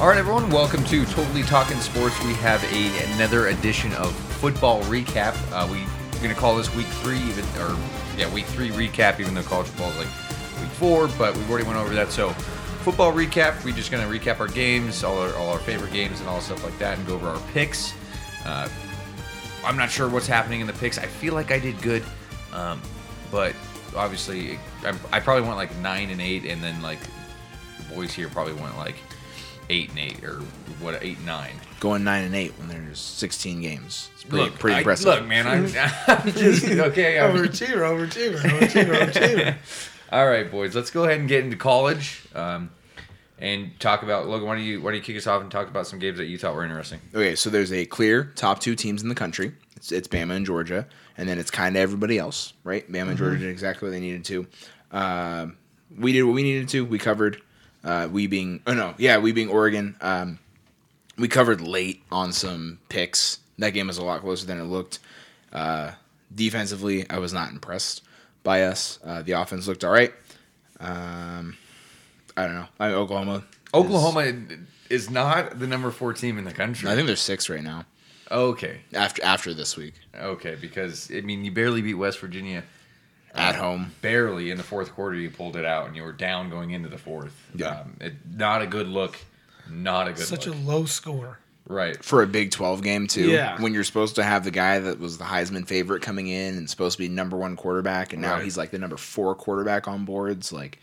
All right, everyone, welcome to Totally Talking Sports. We have a, another edition of football recap. Uh, we, we're going to call this week three, even or yeah, week three recap, even though college football is like week four, but we've already went over that. So, football recap. We're just going to recap our games, all our, all our favorite games, and all stuff like that, and go over our picks. Uh, I'm not sure what's happening in the picks. I feel like I did good, um, but obviously, I, I probably went like nine and eight, and then like the boys here probably went like eight and eight or what eight and nine. going nine and eight when there's 16 games. It's pretty, Look, pretty I- impressive. Look, man, I'm, I'm just okay. I'm- Overachiever, overachiever, overachiever, overachiever. all right, boys, let's go ahead and get into college um, and talk about Logan. Why don't you why don't you kick us off and talk about some games that you thought were interesting? Okay, so there's a clear top two teams in the country. It's, it's Bama and Georgia, and then it's kind of everybody else, right? Bama and Georgia did exactly what they needed to. Um we did what we needed to. We covered. Uh, we being oh no yeah we being Oregon. Um, we covered late on some picks. That game was a lot closer than it looked. Uh, defensively, I was not impressed by us. Uh, the offense looked all right. Um, I don't know. I mean, Oklahoma. is- Oklahoma is not the number four team in the country. I think they're six right now. okay, After after this week. okay, because I mean you barely beat West Virginia. at home. barely in the fourth quarter you pulled it out and you were down going into the fourth. Yeah. Um, it, not a good look. Not a good Such a look. low score. right. For a Big 12 game, too. Yeah. When you're supposed to have the guy that was the Heisman favorite coming in and supposed to be number one quarterback, and now Right. he's like the number four quarterback on boards. Like,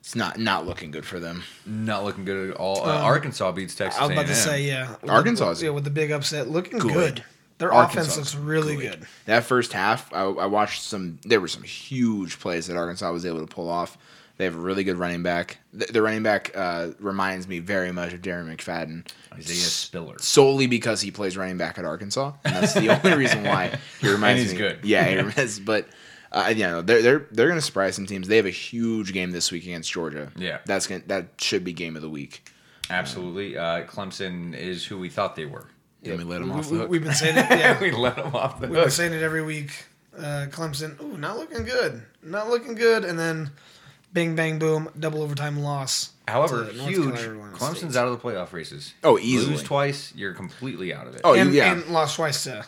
it's not not looking good for them. Not looking good at all. Uh, Arkansas beats Texas. Um, I was about to A&M. say, yeah. With- Arkansas is Yeah, with the big upset. Looking good. Their Arkansas offense looks really good. That first half, I, I watched some. There were some huge plays that Arkansas was able to pull off. They have a really good running back. The, the running back uh, reminds me very much of Darren McFadden. Isaiah Spiller. solely because he plays running back at Arkansas, and that's the only reason why he reminds he's me. good. Yeah, he reminds. But uh, yeah, no, they're they're they're going to surprise some teams. They have a huge game this week against Georgia. Yeah. that's gonna that should be game of the week. Absolutely. Uh, Clemson is who we thought they were. Yeah, we let them We, off the hook. have been saying it. Yeah, we let them off the we've been hook. saying it every week. Uh, Clemson, ooh, not looking good. Not looking good. And then, bang, bang, boom, double overtime loss. However, to North huge. Carolina State. Clemson's out of the playoff races. oh, easily. Lose twice, you're completely out of it. oh, and, yeah. and lost twice to,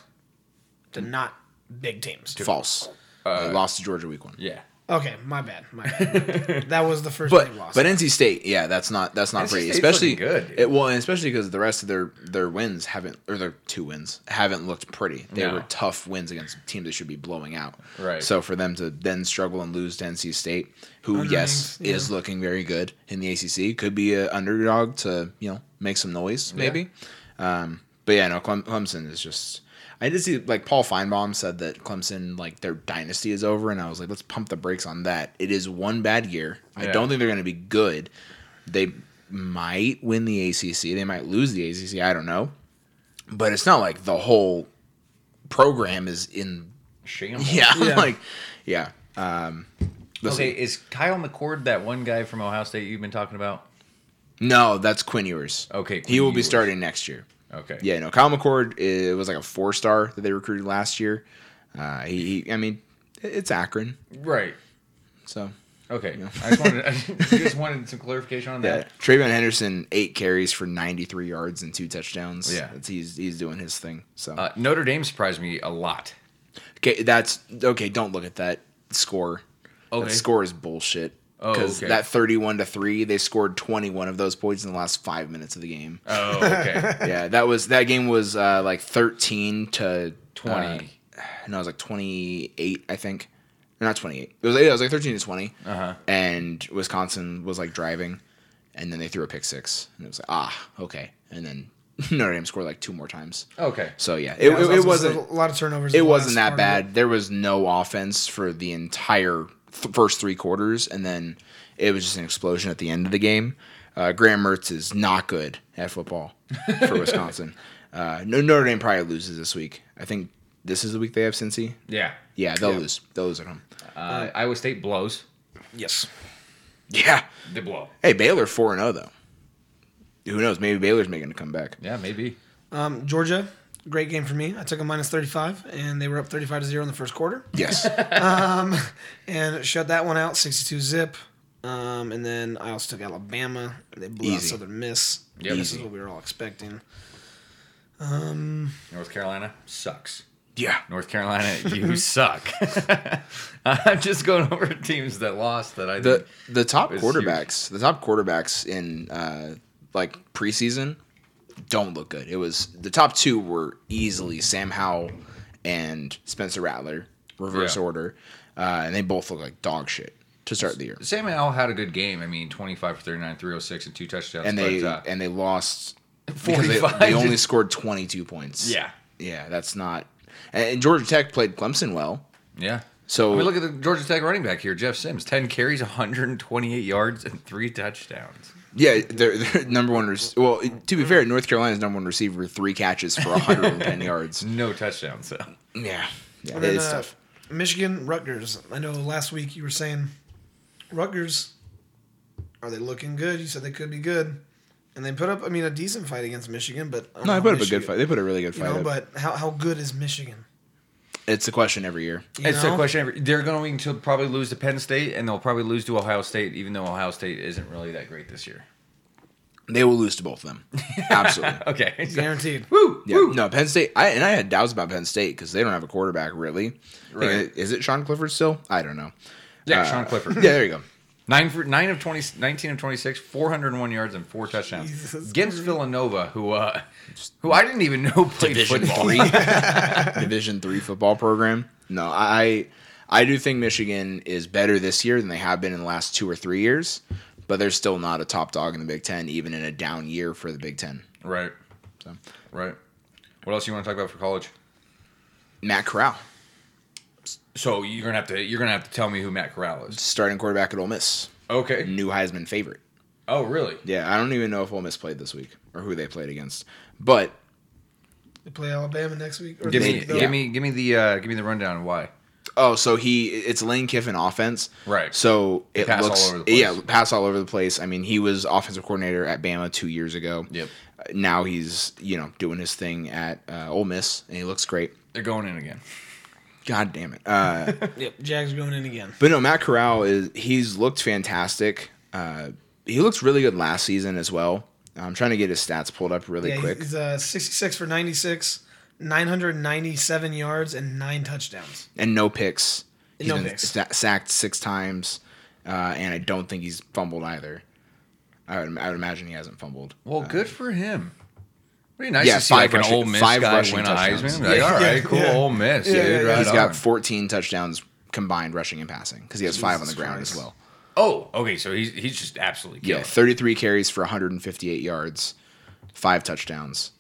to not big teams. False. they lost to Georgia week one. Yeah. Okay, my bad. My bad. that was the first But big loss. but NC State, yeah, that's not that's not NC great. State's especially looking good, dude. It, well, and especially because the rest of their their wins haven't or their two wins haven't looked pretty. They No. were tough wins against teams that should be blowing out. Right. So for them to then struggle and lose to NC State, who yes Underranked, yeah. is looking very good in the ACC, could be a underdog to you know make some noise maybe. Um, but yeah, no, Clem- Clemson is just. I did see like Paul Feinbaum said that Clemson like their dynasty is over, and I was like, let's pump the brakes on that. It is one bad year. I Yeah. don't think they're going to be good. They might win the ACC. They might lose the ACC. I don't know, but it's not like the whole program is in. Shambles. Yeah, Yeah. like yeah. Um, let's Okay, see. is Kyle McCord that one guy from Ohio State you've been talking about? No, that's Quinn Ewers. Okay, he Quinn will be Ewers. starting next year. Okay. Yeah, no, Kyle McCord it was like a four star that they recruited last year. Uh, he, he, I mean, it- it's Akron, Right. so Okay, I just wanted I just wanted some clarification on yeah. that. Trayvon Henderson eight carries for ninety three yards and two touchdowns. Yeah. That's- he's he's doing his thing. So Uh, Notre Dame surprised me a lot. okay, that's okay. Don't look at that score. Okay. that score is bullshit. Oh, Because okay. that thirty-one to three, they scored twenty-one of those points in the last five minutes of the game. Oh, okay, yeah, that was that game was uh, like thirteen to twenty. uh, no, it was like 28, I think. No, not 28. It was, yeah, it was like 13 to 20. Uh-huh. And Wisconsin was like driving, and then they threw a pick six. And it was like, ah, okay. And then Notre Dame scored like two more times. okay, So, yeah, it, Oh. Yeah, it, it I was also gonna say, wasn't. a lot of turnovers. It in the wasn't last that part of bad. There was no offense for the entire th- first three quarters, and then it was just an explosion at the end of the game. Uh, Graham Mertz is not good at football for Wisconsin. Uh, no, Notre Dame probably loses this week. I think this is the week they have Cincy. yeah. Yeah, they'll lose. They'll lose at home. Uh, Iowa State blows. it. Yes. Yeah. They blow. Hey, Baylor four and zero though. Who knows? Maybe Baylor's making a comeback. Yeah, maybe. Um, Georgia, great game for me. I took a minus 35, and they were up 35 to 0 in the first quarter Yes. and shut that one out 62 zip. Um, and then I also took Alabama. They blew out Easy. Southern Miss. Yep. This Easy. is what we were all expecting. Um, North Carolina sucks. Yeah. North Carolina, you suck. I'm just going over teams that lost that I The think- the top It's quarterbacks, the top quarterbacks in uh, like preseason don't look good. It was the top two were easily Sam Howell and Spencer Rattler, reverse Yeah. order, uh, and they both look like dog shit to start the year. Sam Howell had a good game. I mean, 25 for 39, 306, and two touchdowns. And they but, uh, and they lost because they, 45. they only scored twenty two points. yeah, yeah, that's not. And, and Georgia Tech played Clemson well, yeah. so I mean, look at the Georgia Tech running back here, Jeff Sims. 10 carries, 128 yards, and three touchdowns. Yeah, their, their number one. rec- well, to be fair, North Carolina's number one receiver three catches for 110 yards. No touchdowns, so. Yeah, yeah, and then, it's uh, tough. Michigan Rutgers. I know last week you were saying Rutgers are they looking good? You said they could be good, and they put up. I mean, a decent fight against Michigan, but I don't No, know they how put up a Michigan- good fight. They put a really good You fight. know, up. but how how good is Michigan? it's a question every year. You it's know? a question. every- They're going to probably lose to Penn State, and they'll probably lose to Ohio State, even though Ohio State isn't really that great this year. They will lose to both of them. Absolutely. Okay. so- Guaranteed. Woo! Yeah. Woo! No, Penn State. I and I had doubts about Penn State because they don't have a quarterback really. Right. Is it Sean Clifford still? I don't know. Yeah, Uh, Sean Clifford. Yeah, there you go. Nine for nine of 20, 19 of twenty six, four hundred and one yards and four touchdowns Jesus against Villanova, who uh, who I didn't even know played Division football. three, Division three football program. No, I I do think Michigan is better this year than they have been in the last two or three years, but they're still not a top dog in the Big Ten, even in a down year for the Big Ten. Right, So. right. What else you want to talk about for college? Matt Corral, So you're gonna have to you're gonna have to tell me who Matt Corral is. Mm. starting quarterback at Ole Miss, Okay. new Heisman favorite. Oh, really? Yeah, I don't even know if Ole Miss played this week or who they played against, but They play Alabama next week. Or Give this me week, They- though. yeah. give me give me the uh, give me the rundown. on Why? Oh, so he it's Lane Kiffin offense. Right. So it pass all looks over the place. yeah, pass all over the place. I mean, he was offensive coordinator at Bama 2 years ago. Yep. Uh, Now he's, you know, doing his thing at uh, Ole Miss and he looks great. They're going in again. God damn it. Uh, Yep, Jags going in again. but no, Matt Corral is he's looked fantastic. Uh, he looks really good last season as well. I'm trying to get his stats pulled up really Yeah, quick. he's uh, 66 for 96, 997 yards and nine touchdowns. and no picks. He's No been picks. sa- sacked six times, uh, and I don't think he's fumbled either. I would, I would imagine he hasn't fumbled. Well, good for him. Pretty Uh, nice yeah, to see five like an rushing- old Miss five guy rushing win a touchdowns. Heisman. Like, Yeah. all right, Yeah. cool, Yeah. Ole Miss. Yeah, dude, yeah, right He's got on. 14 touchdowns combined rushing and passing because he has five on the Jesus ground Christ. as well. Oh, okay. So he's he's just absolutely Yeah, killing. it. 33 carries for 158 yards, five touchdowns.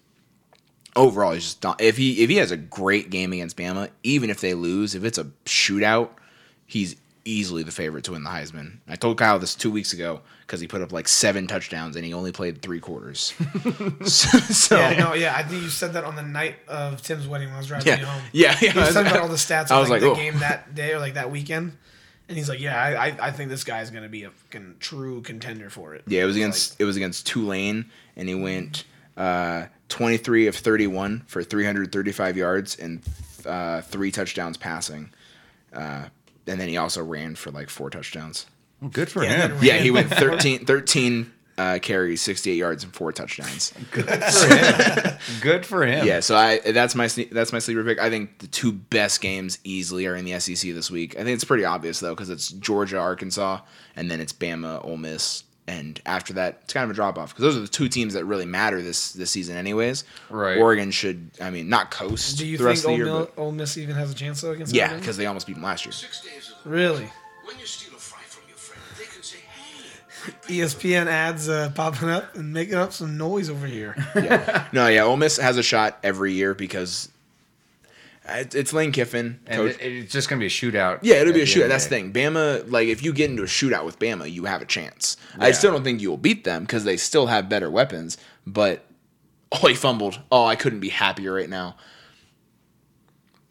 Overall, he's just not, if he if he has a great game against Bama, even if they lose, if it's a shootout, he's easily the favorite to win the Heisman. I told Kyle this two weeks ago because he put up like seven touchdowns and he only played three quarters. so, so- Yeah, no, yeah, I think you said that on the night of Tim's wedding when I was driving you yeah, home. yeah, yeah. He was talking about all the stats. I of was like, like, the oh. game that day or like that weekend, and he's like, "Yeah, I, I, I think this guy's gonna be a fucking true contender for it." Yeah, it was against it was against Tulane, and he went uh, twenty three of thirty one for three hundred thirty five yards and uh, three touchdowns passing, uh, and then he also ran for like four touchdowns. Good for Yeah, him. that- Yeah, he went 13, 13 uh, carries, sixty eight yards, and four touchdowns. Good for him. Yeah, so I that's my sne- that's my sleeper pick. I think the two best games easily are in the SEC this week. I think it's pretty obvious though because it's Georgia, Arkansas, and then it's Bama, Ole Miss, and after that it's kind of a drop off because those are the two teams that really matter this this season, anyways. Right. Oregon should, I mean, not coast Do you the think rest of the Ole, year. Mil- but, Ole Miss even has a chance though against? yeah, Alabama? because they almost beat them last year. Six days of the really, When you steal a fry from your friend, they can say, hey, ESPN ads uh, popping up and making up some noise over here. Yeah. no, yeah, Ole Miss has a shot every year because it- it's Lane Kiffin, And coach. it- it's just gonna be a shootout. Yeah, at it'll be a the end shootout. of That's the day. thing. Bama, like if you get into a shootout with Bama, you have a chance. I Yeah. still don't think you will beat them because they still have better weapons. But oh, he fumbled. Oh, I couldn't be happier right now.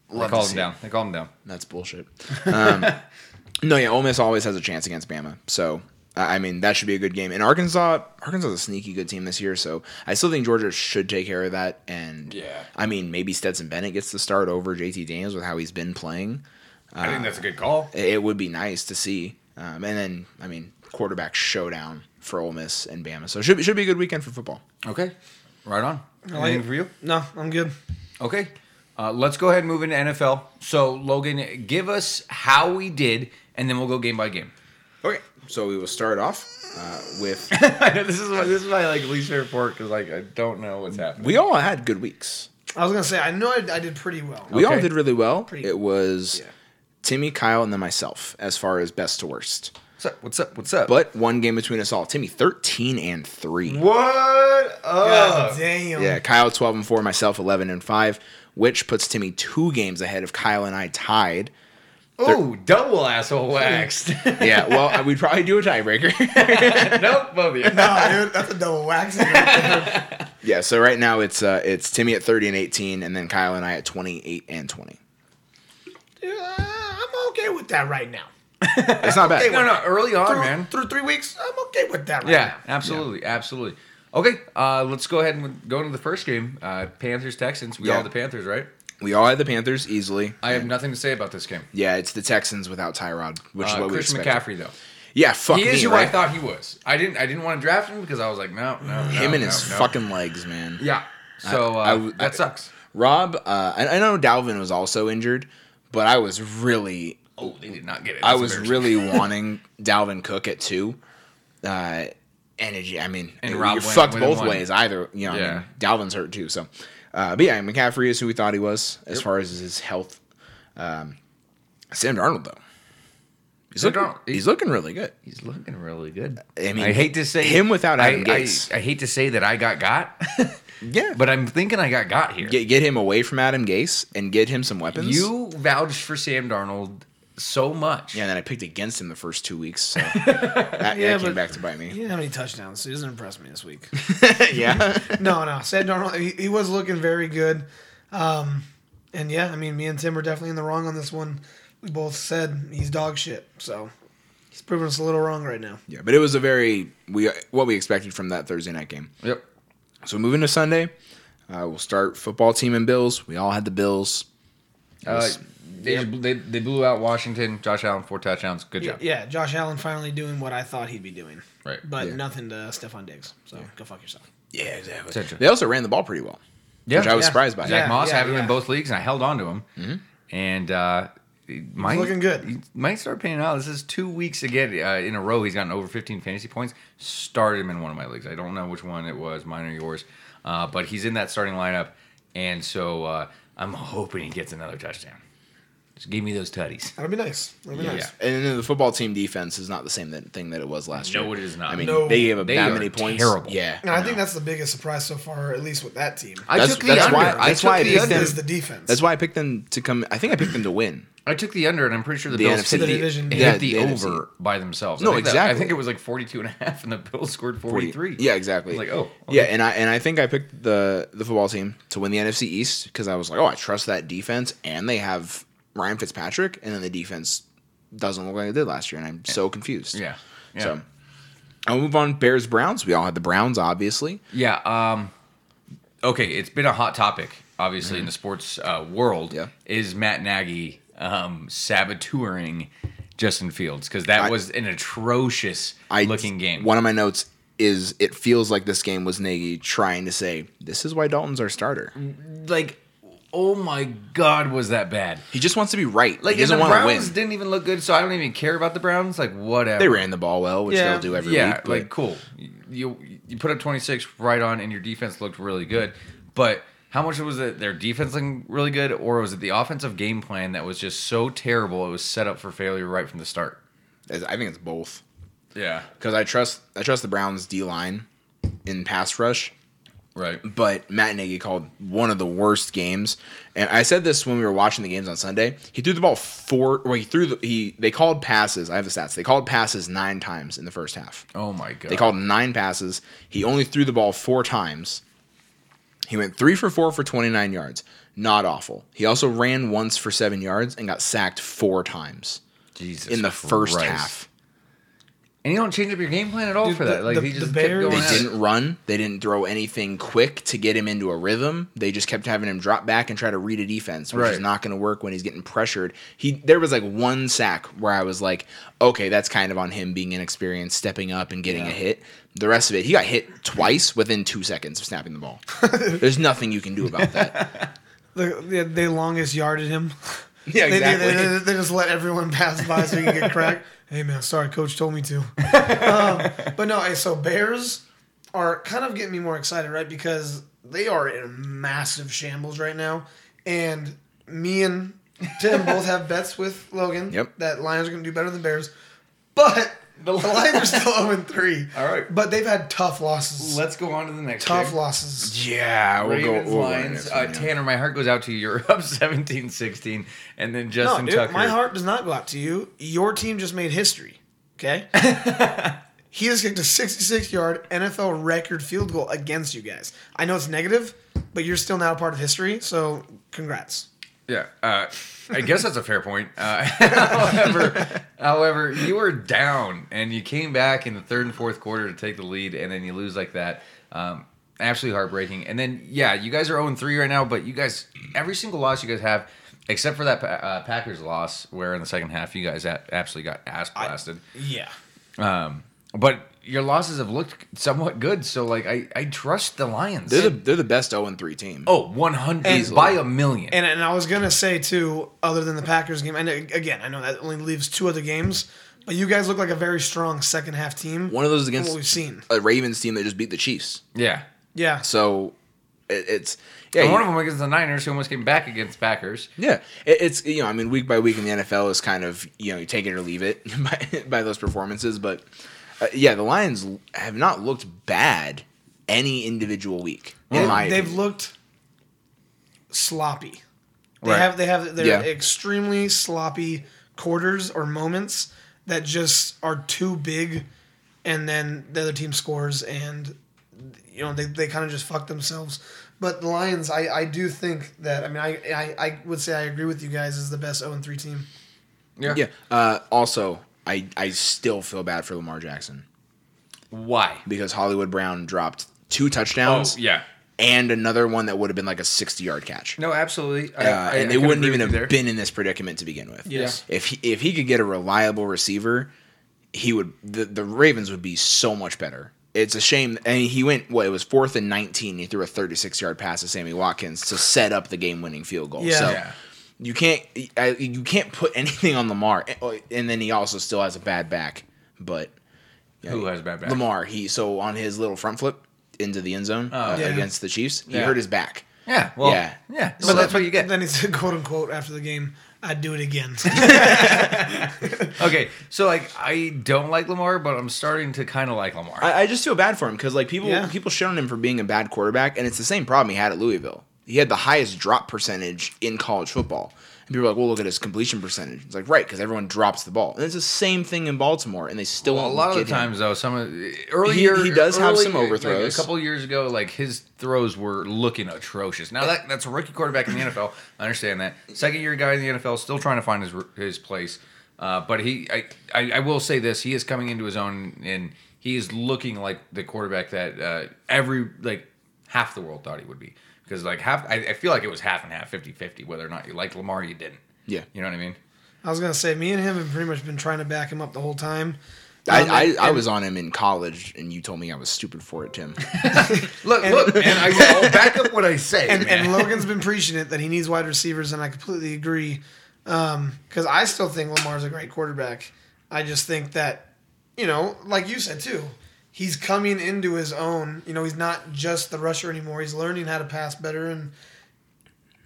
They Love to calm see him it. down. They calm him down. That's bullshit. Um, no, yeah, Ole Miss always has a chance against Bama. So I I mean that should be a good game. And Arkansas, Arkansas is a sneaky good team this year. So I still think Georgia should take care of that. And Yeah. I mean maybe Stetson Bennett gets the start over JT Daniels with how he's been playing. Ah. I think that's a good call. it would be nice to see. Um, and then, I mean, quarterback showdown for Ole Miss and Bama. So it should be, should be a good weekend for football. Okay. Right on. I like Anything it. for you? No, I'm good. Okay. Uh, let's go ahead and move into NFL. So, Logan, give us how we did, and then we'll go game by game. Okay, so we will start off uh, with I know this is my, this is my like least favorite part because like I don't know what's happening. we all had good weeks. I was gonna say I know I, I did pretty well. We all Okay. did really well. Pretty- it was yeah. Timmy, Kyle, and then myself as far as best to worst. What's up? What's up? What's up? But one game between us all. Timmy thirteen and three. what? Oh. God Up? damn. Yeah, Kyle 12 and 4, myself 11 and 5, which puts Timmy two games ahead of Kyle and I tied. Ooh, double asshole waxed. Yeah, well, uh, we'd probably do a tiebreaker. nope, both of you. No, dude, that's a double waxing. yeah, so right now it's uh, it's Timmy at 30 and 18 and then Kyle and I at 28 and 20. Dude, uh, I'm okay with that right now. It's not bad. No, no, early on, Through, man. through three weeks, I'm okay with that right Yeah, now. absolutely, absolutely. Okay, uh, let's go ahead and go into the first game. Uh, Panthers Texans. We all Yeah. had the Panthers, right? We all had the Panthers easily. I have nothing to say about this game. Yeah, it's the Texans without Tyrod, which is Uh, what we Christian expected. McCaffrey, though. Yeah, fuck He me, is who right? I thought he was. I didn't. I didn't want to draft him because I was like, no, no, Him no, and no, his no. fucking legs, man. Yeah. So I- I uh, w- that sucks. Rob, uh, I, I know Dalvin was also injured, but I was really Oh, they did not get it. I That's was embarrassing. really wanting Dalvin Cook at two. Uh, energy. I mean, And you're Rob went fucked with both one. ways. Either you know, I Yeah. mean, Dalvin's hurt too. So, uh, but yeah, McCaffrey is who we thought he was as far as his health. Um, Sam Darnold though, he's Sam looking, Darnold, he's, he's- looking really good. He's looking really good. I mean, I hate to say him without Adam I, Gase. I, I hate to say that I got got, Yeah, but but I'm thinking I got got here. get get him away from Adam Gase and get him some weapons. You vouched for Sam Darnold so much. yeah, and then I picked against him the first two weeks, so that, that Yeah, came but- back to bite me. He didn't have any touchdowns, so he doesn't impress me this week. yeah, no, no. Sam Darnold, he, he was looking very good. Um, and yeah, I mean, me and Tim were definitely in the wrong on this one. We both said he's dog shit, so he's proving us a little wrong right now. yeah, but it was a very we what we expected from that Thursday night game. Yep. So moving to Sunday, uh, we'll start football team and Bills. We all had the Bills. Uh, they, they, they blew out Washington. Josh Allen four touchdowns. Good Yeah. job. yeah, Josh Allen finally doing what I thought he'd be doing, Right. but Yeah. nothing to Stephon Diggs. So go fuck yourself. Yeah, exactly. Cetera. They also ran the ball pretty well, Yeah. which I was Yeah. surprised by. Zach Yeah, Moss yeah, had him yeah. in both leagues, and I held on to him. And uh, it might looking good. it Might start paying out. This is two weeks again uh, in a row. He's gotten over 15 fantasy points. Started him in one of my leagues. I don't know which one it was, mine or yours, uh, but he's in that starting lineup. And so uh, I'm hoping he gets another touchdown. Just give me those tutties. That'd be nice. That'd be Yeah. nice. And then the football team defense is not the same that, thing that it was last No, year. it is not. I mean, No. they gave up They that are many points. terrible. Yeah, And I think know. that's the biggest surprise so far, at least with that team. I That's- took the that's under. why- I that's took why I the picked under. them- is the defense. that's why I picked them to come. I think I picked them to win. I took the under, and I'm pretty sure the, The Bills NFC. hit the, The division. hit Yeah, the the NFC. over by themselves. No, I think that- I exactly. think it was like 42 and a half, and the Bills scored 40. 43. Yeah, exactly. I was like, oh, yeah, okay. and I and I think I picked the the football team to win the NFC East because I was like, oh, I trust that defense, and they have Ryan Fitzpatrick, and then the defense doesn't look like it did last year, and I'm so confused. Yeah. Yeah. So I'll move on. Bears Browns. We all had the Browns, obviously. Yeah. Um, okay, it's been a hot topic, obviously, in the sports uh, world. Mm-hmm. Yeah. Is Matt Nagy um, saboteuring Justin Fields? Because that I- was an atrocious looking game. One of my notes is it feels like this game was Nagy trying to say this is why Dalton's our starter. like, oh my God, was that bad? He just wants to be right. Like, he doesn't and the want to Browns win. didn't even look good, so I don't even care about the Browns. Like, whatever. They ran the ball well, which Yeah. they'll do every yeah, week. but- like cool. You you put up 26 right on, and your defense looked really good. But how much was it their defense looking really good, or was it the offensive game plan that was just so terrible it was set up for failure right from the start? I think it's both. Yeah, because I trust I trust the Browns D line in pass rush. right. But Matt Nagy called one of the worst games, and I said this when we were watching the games on Sunday. He threw the ball four. Well, he threw the he they called passes. I have the stats. They called passes nine times in the first half. Oh my god. They called nine passes. He only threw the ball four times. He went three for four for 29 yards. Not awful. He also ran once for seven yards and got sacked four times Jesus in the first Christ. half. And you don't change up your game plan at all Dude, for the- that. Like the- he the just kept Bears- going. They at it. didn't run. They didn't throw anything quick to get him into a rhythm. They just kept having him drop back and try to read a defense, which is Right. not going to work when he's getting pressured. He there was like one sack where I was like, okay, that's kind of on him being inexperienced, stepping up and getting a hit. The rest of it, he got hit twice within two seconds of snapping the ball. There's nothing you can do about that. The, they, they longest yarded him. Yeah, They- they- exactly. They, they, just let everyone pass by so you can get cracked. Hey man, sorry, coach told me to. um, but no, hey, so Bears are kind of getting me more excited, right? Because they are in massive shambles right now, and me and Tim both have bets with Logan Yep. that Lions are going to do better than Bears, but the Lions are still zero and three. All right. but they've had tough losses. Let's go on to the next. tough pick. losses. yeah, we'll Ravens, go. We'll go Lions. next Uh, one, yeah. Tanner, my heart goes out to you. You're up 17-16. and then Justin no, dude, Tucker. my heart does not go out to you. Your team just made history. Okay. he has kicked a 66-yard NFL record field goal against you guys. I know it's negative, but you're still now a part of history. So congrats. Yeah, uh, I guess that's a fair point. Uh, however, however, you were down and you came back in the third and fourth quarter to take the lead, and then you lose like that. Um, absolutely heartbreaking. And then, yeah, you guys are 0 3 right now, but you guys, every single loss you guys have, except for that Pa- uh, Packers loss, where in the second half you guys a- absolutely got ass blasted. Yeah. um, but your losses have looked somewhat good, so like I, I trust the Lions. They're the they're the best zero and three team. oh, 100 And- by a million. And, and I was gonna say too, other than the Packers game, and uh, again, I know that only leaves two other games, but you guys look like a very strong second half team. One of those from against what we've seen. a Ravens team that just beat the Chiefs. yeah. Yeah. So it, it's yeah, And you- one of them against the Niners, who almost came back against Packers. Yeah, it, it's you know, I mean, week by week in the NFL is kind of you know, you take it or leave it by, by those performances. But uh, yeah, the Lions l- have not looked bad any individual week. In They- my they've opinion. looked sloppy. They Right. have they have they're Yeah. extremely sloppy quarters or moments that just are too big, and then the other team scores, and you know they, they kind of just fuck themselves. But the Lions, I, I do think that I mean I, I I would say I agree with you guys is the best zero three team. yeah. Uh, also, I I still feel bad for Lamar Jackson Why? Oh, because Hollywood Brown dropped two touchdowns yeah. and another one that would have been like a sixty-yard catch. No, absolutely. I- Uh, I- I and they can wouldn't agree with even have you there. been in this predicament to begin with. Yes. If he, if he could get a reliable receiver, he would the, the Ravens would be so much better. It's a shame. I mean, he went what it was fourth and nineteen. He threw a thirty-six yard pass to Sammy Watkins to set up the game-winning field goal. Yeah. So Yeah. you can't I- you can't put anything on Lamar. And then he also still has a bad back. But Who has bad back? Lamar, he so on his little front flip into the end zone uh, Yeah. against the Chiefs, he Yeah. hurt his back. Yeah. Well. Yeah. Yeah. But So- that's what you get. Then it's quote unquote after the game. I'd do it again. Okay. So like, I don't like Lamar, but I'm starting to kind of like Lamar. I, I just feel bad for him because like people Yeah. people shit on him for being a bad quarterback, and it's the same problem he had at Louisville. He had the highest drop percentage in college football, and people are like, "Well, look at his completion percentage." It's like right because everyone drops the ball, and it's the same thing in Baltimore, and they still Well, a won't lot of the get him. times though, some of earlier he does have early- some like, overthrows. a couple years ago, like his throws were looking atrocious. Now that that's a rookie quarterback in the NFL, I understand that. Second year guy in the NFL, still trying to find his his place. Uh, but he, I, I, I will say this: he is coming into his own, and he is looking like the quarterback that uh, every like half the world thought he would be. Because like half, I, I feel like it was half and half, 50-50, whether or not you liked Lamar, or you didn't. Yeah. you know what I mean. I was gonna say me and him have pretty much been trying to back him up the whole time. I, I, I was on him in college, and you told me I was stupid for it, Tim. Look, look, and I will I'll back up what I say. and, man. and Logan's been preaching it that he needs wide receivers, and I completely agree. Because I still think Lamar's a great quarterback. I just think that, you know, like you said too, he's coming into his own. You know, he's not just the rusher anymore. He's learning how to pass better, and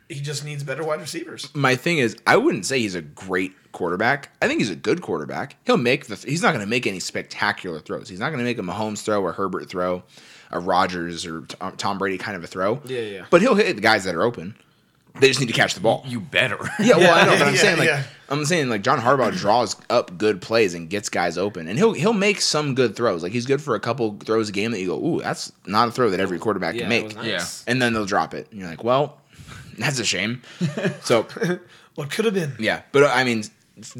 he just needs better wide receivers. My thing is, I wouldn't say he's a great quarterback. I think he's a good quarterback. He'll make the. he's not going to make any spectacular throws. He's not going to make a Mahomes throw, a Herbert throw, a Rodgers or Tom- Tom Brady kind of a throw. Yeah, yeah. But he'll hit the guys that are open. They just need to catch the ball. you better. Yeah, well, I know, Yeah, but I'm yeah, saying like yeah. I'm saying like John Harbaugh draws up good plays and gets guys open, and he'll he'll make some good throws. Like he's good for a couple throws a game that you go, ooh, that's not a throw that every quarterback can make. Yeah. And then they'll drop it, and you're like, well, that's a shame. So What could have been? yeah, but uh, I mean,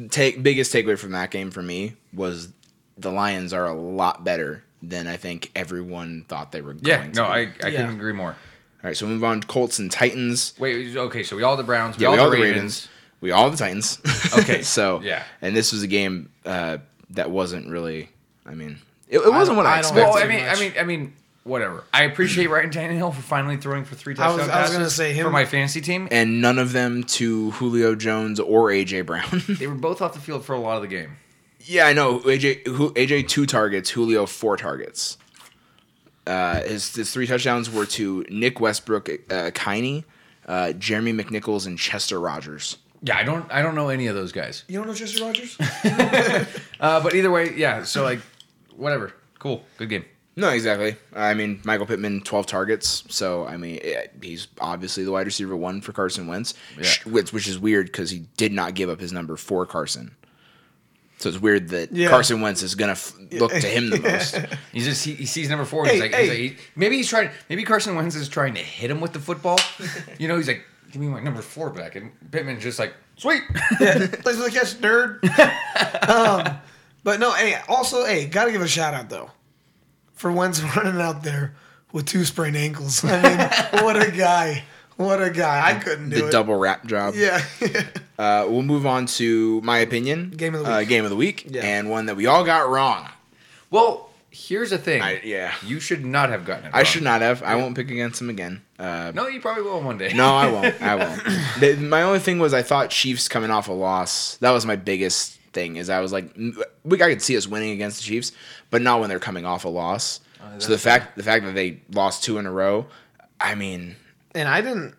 take biggest takeaway from that game for me was the Lions are a lot better than I think everyone thought they were going Yeah, to no, be. I, I All couldn't Yeah. agree more. right, so we move on to Colts and Titans. Wait, okay, so we all the Browns, we Yeah, all we the all the Ravens. Ravens. We all the Titans. Okay, so yeah. and this was a game uh, that wasn't really. I mean, it, it wasn't what I, I don't- expected. Well, I Too mean, I much. mean, I mean, whatever. I appreciate Ryan Tannehill for finally throwing for three I touchdowns. was- I was gonna say him- for my fantasy team. and none of them to Julio Jones or AJ Brown. They were both off the field for a lot of the game. yeah, I know AJ. Ju- AJ two targets, Julio four targets. Uh, his, his three touchdowns were to Nick Westbrook, uh, Kiney, uh, Jeremy McNichols, and Chester Rogers. Yeah, I don't, I don't know any of those guys. You don't know Chester Rogers? Uh, but either way, yeah. So like, whatever. Cool. Good game. No, exactly. I mean, Michael Pittman, 12 targets. So, I mean, it, he's obviously the wide receiver one for Carson Wentz, Yeah. sh- which, which is weird because he did not give up his number for Carson. So it's weird that Yeah. Carson Wentz is going to f- look to him the most. He just he, he sees number four. Hey, he's like, he's hey. like he, maybe he's trying. Maybe Carson Wentz is trying to hit him with the football. you know, he's like, give me my number four back, and Pittman's just like, sweet. Thanks for the catch, nerd. um, but no, hey, also, hey, gotta give a shout out though for Wentz running out there with two sprained ankles. I mean, what a guy! What a guy! I couldn't do the it. double wrap job. Yeah, Uh, we'll move on to my opinion Game of the Uh, week. game of the week. Yeah. And one that we all got wrong. well, here's the thing. I- yeah. you should not have gotten it. I wrong. should not have. I won't pick against him again. Uh, No, you probably will one day. No, I won't. I won't. The- my only thing was I thought Chiefs coming off a loss. That was my biggest thing. Is I was like, mm, we I could see us winning against the Chiefs, but not when they're coming off a loss. Oh, so the that's fact the fact that they lost two in a row, I mean, and I didn't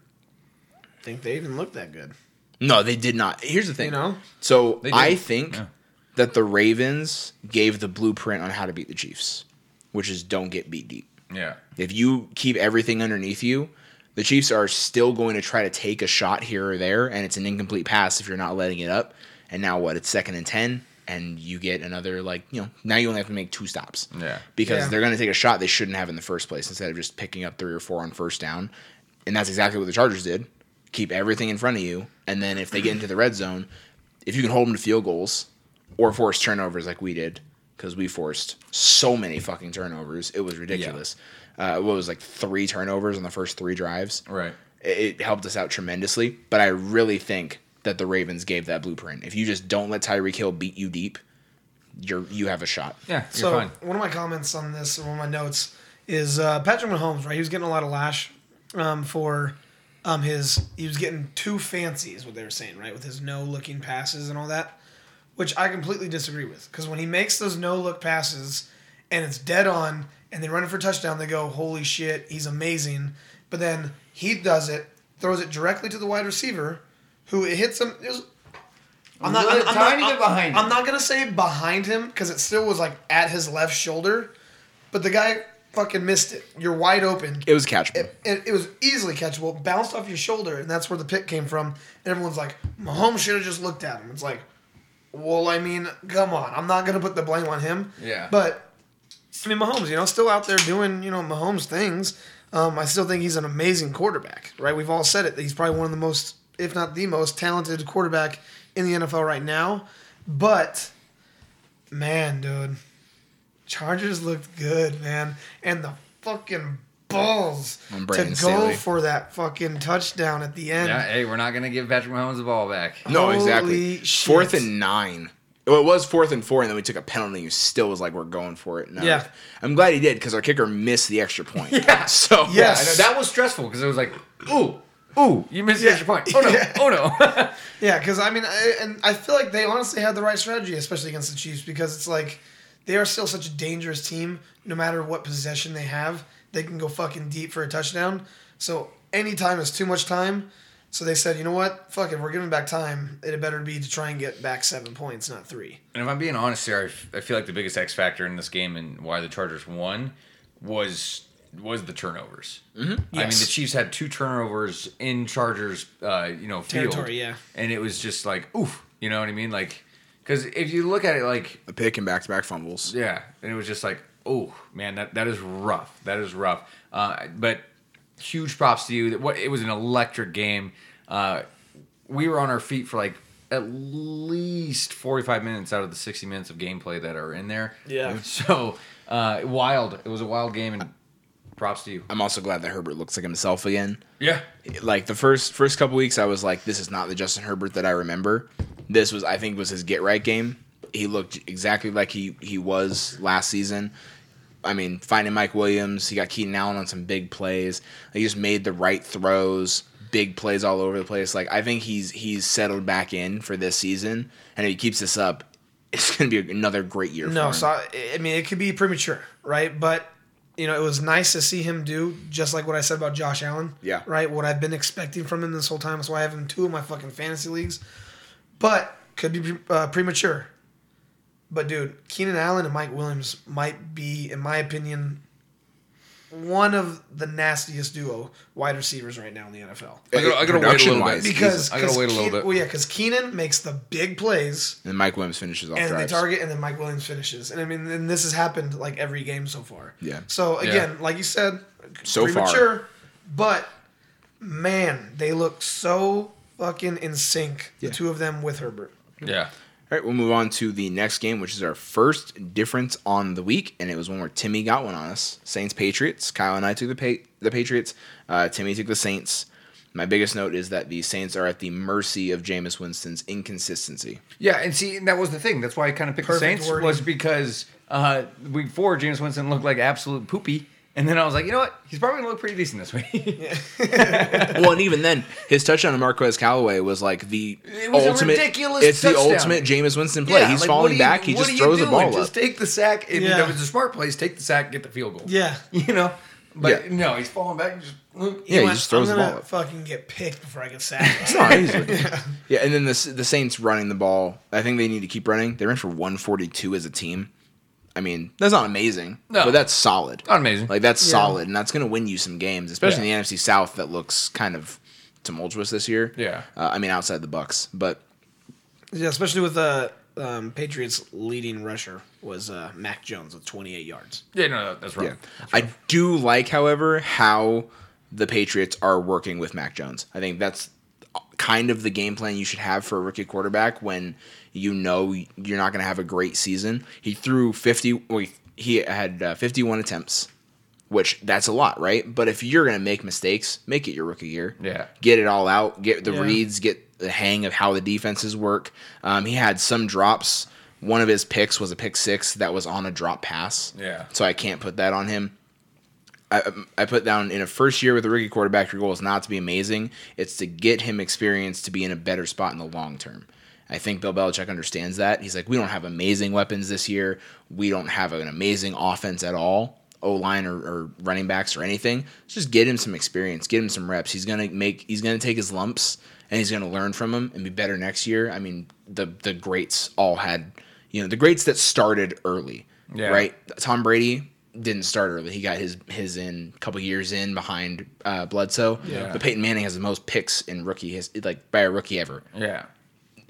think they even looked that good. no, they did not. Here's the thing. You know? So They did. I think Yeah. that the Ravens gave the blueprint on how to beat the Chiefs, which is don't get beat deep. Yeah. If you keep everything underneath you, the Chiefs are still going to try to take a shot here or there, and it's an incomplete pass if you're not letting it up. And now what? It's second and ten, and you get another like you know now you only have to make two stops. Yeah. because Yeah. they're going to take a shot they shouldn't have in the first place instead of just picking up three or four on first down, and that's exactly what the Chargers did. Keep everything in front of you, and then if they get into the red zone, if you can hold them to field goals or force turnovers like we did, because we forced so many fucking turnovers, it was ridiculous. Uh, what was it, like three turnovers on the first three drives? Right. It, it helped us out tremendously. But I really think that the Ravens gave that blueprint. If you just don't let Tyreek Hill beat you deep, you're you have a shot. Yeah. You're So fine. one of my comments on this, one of my notes, is uh, Patrick Mahomes. Right, he was getting a lot of lash um, for um, his. He was getting too fancy, is what they were saying, right, with his no looking passes and all that, which I completely disagree with. Because when he makes those no look passes, and it's dead on, and they run it for a touchdown, they go, "Holy shit, he's amazing!" But then he does it, throws it directly to the wide receiver, who it hits him. It was, I'm not. Little I'm, I'm tiny not, bit behind I'm him. not gonna say behind him because it still was like at his left shoulder, but the guy fucking missed it. You're wide open. It was catchable. It, it was easily catchable, bounced off your shoulder, and that's where the pick came from. And everyone's like, Mahomes should have just looked at him. It's like, well, I mean, come on. I'm not gonna put the blame on him. Yeah. But I mean, Mahomes, you know, still out there doing you know Mahomes things. Um, I still think he's an amazing quarterback, right? We've all said it. that He's probably one of the most, if not the most, talented quarterback in the NFL right now. But man, dude, Chargers looked good, man, and the fucking balls I'm to Brandon go Staley. for that fucking touchdown at the end. Yeah. Hey, we're not gonna give Patrick Mahomes the ball back. No, Holy exactly. shit. Fourth and nine. Well, it was fourth and four, and then we took a penalty. And still was like, we're going for it. No. Yeah. I'm glad he did because our kicker missed the extra point. So Yeah, Yes. I know. That was stressful because it was like, ooh, ooh, you missed the Yeah. extra point. Oh no, Yeah. oh no. Yeah, because I mean, I, and I feel like they honestly had the right strategy, especially against the Chiefs, because it's like they are still such a dangerous team. No matter what possession they have, they can go fucking deep for a touchdown. So any time is too much time. So they said, you know what? Fuck it, we're giving back time. It had better be to try and get back seven points, not three. and if I'm being honest here, I, f- I feel like the biggest X factor in this game and why the Chargers won was was the turnovers. Mm-hmm. I mean, Yes. the Chiefs had two turnovers in Chargers, uh, you know, field, Territory, yeah. and it was just like, oof, you know what I mean? Like, because if you look at it, like, a pick and back to back fumbles. Yeah, and it was just like, oh man, that that is rough. That is rough. Uh, but huge props to you. That what it was an electric game. Uh, we were on our feet for like at least 45 minutes out of the 60 minutes of gameplay that are in there. Yeah. So, uh, wild. It was a wild game, and props to you. I'm also glad that Herbert looks like himself again. Yeah. Like the first first couple weeks, I was like, "This is not the Justin Herbert that I remember." This was, I think, was his get right game. He looked exactly like he he was last season. I mean, finding Mike Williams, he got Keaton Allen on some big plays. He just made the right throws, big plays all over the place. Like I think he's he's settled back in for this season, and if he keeps this up, it's going to be another great year. for No, him. so I, I mean it could be premature, right? But you know, it was nice to see him do just like what I said about Josh Allen. Yeah. Right? What I've been expecting from him this whole time. That's why I have him two of my fucking fantasy leagues. But could be pre- uh, premature. But dude, Keenan Allen and Mike Williams might be, in my opinion, one of the nastiest duo wide receivers right now in the NFL. I gotta, I gotta wait a little bit. Production-wise, he's- Because I gotta 'cause wait a little Keen- bit. Well, yeah, because Keenan makes the big plays and Mike Williams finishes off and drives. they target, and then Mike Williams finishes. And I mean, and this has happened like every game so far. Yeah. So again, like you said, So far. premature, but man, they look so fucking in sync. Yeah. The two of them with Herbert. Yeah. All right, we'll move on to the next game, which is our first difference on the week, and it was one where Timmy got one on us. Saints Patriots. Kyle and I took the pa- the Patriots. Uh, Timmy took the Saints. My biggest note is that the Saints are at the mercy of Jameis Winston's inconsistency. Yeah, and see, and that was the thing. That's why I kind of picked Perfect the Saints wording. was because uh, week four, James Winston looked like absolute poopy, and then I was like, you know what? He's probably gonna look pretty decent this week. well, and even then, his touchdown to Marquez Callaway was like the It was a ultimate. ridiculous it's touchdown. the ultimate Jameis Winston play. Yeah, He's like, what falling do you- back. He what just are you throws the doing? ball Just up. take the sack. If Yeah. it was a smart play, is take the sack, get the field goal. Yeah. You know, but Yeah. no, he's falling back. and Just Yeah, he went, just throws I'm the gonna ball up. Fucking get picked before I get sacked. It's not easy. yeah, and then the S- the Saints running the ball. I think they need to keep running. They ran for 142 as a team. I mean, that's not amazing, No. but that's solid. not amazing. Like that's Yeah. solid, and that's going to win you some games, especially Yeah. in the NFC South that looks kind of tumultuous this year. Yeah. uh, I mean outside the Bucks, but yeah, especially with uh, um, Patriots leading rusher was uh, Mac Jones with 28 yards. yeah, no, no, that's right. yeah, I do like, however, how the Patriots are working with Mac Jones. I think that's kind of the game plan you should have for a rookie quarterback when you know you're not going to have a great season. He threw 50. Well, he- he had uh, 51 attempts, which that's a lot, right? But if you're going to make mistakes, make it your rookie year. Yeah. get it all out, get the Yeah. reads, get the hang of how the defenses work. Um, he had some drops. One of his picks was a pick six that was on a drop pass. Yeah. So I can't put that on him. I, I put down in a first year with a rookie quarterback, your goal is not to be amazing. It's to get him experience to be in a better spot in the long term. I think Bill Belichick understands that. He's like, we don't have amazing weapons this year. We don't have an amazing offense at all, O line or, or running backs or anything. Let's just get him some experience, get him some reps. He's gonna make, he's gonna take his lumps and he's gonna learn from them and be better next year. I mean, the the greats all had, you know, the greats that started early, Yeah. right? Tom Brady didn't start early. He got his his in a couple years in behind uh, Bledsoe. Yeah. But Peyton Manning has the most picks in rookie his like by a rookie ever. Yeah.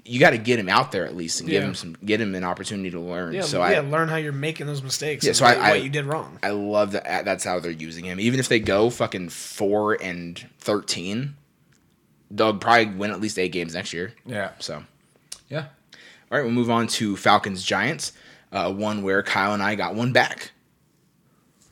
You got to get him out there at least and give Yeah. him some get him an opportunity to learn. Yeah, so yeah, I learn how you're making those mistakes. Yeah, and so I- what, I- what you did wrong. I love that uh, that's how they're using him. Even if they go fucking four and thirteen, they'll probably win at least eight games next year. Yeah. So Yeah. all right, we'll move on to Falcons Giants. Uh, one where Kyle and I got one back.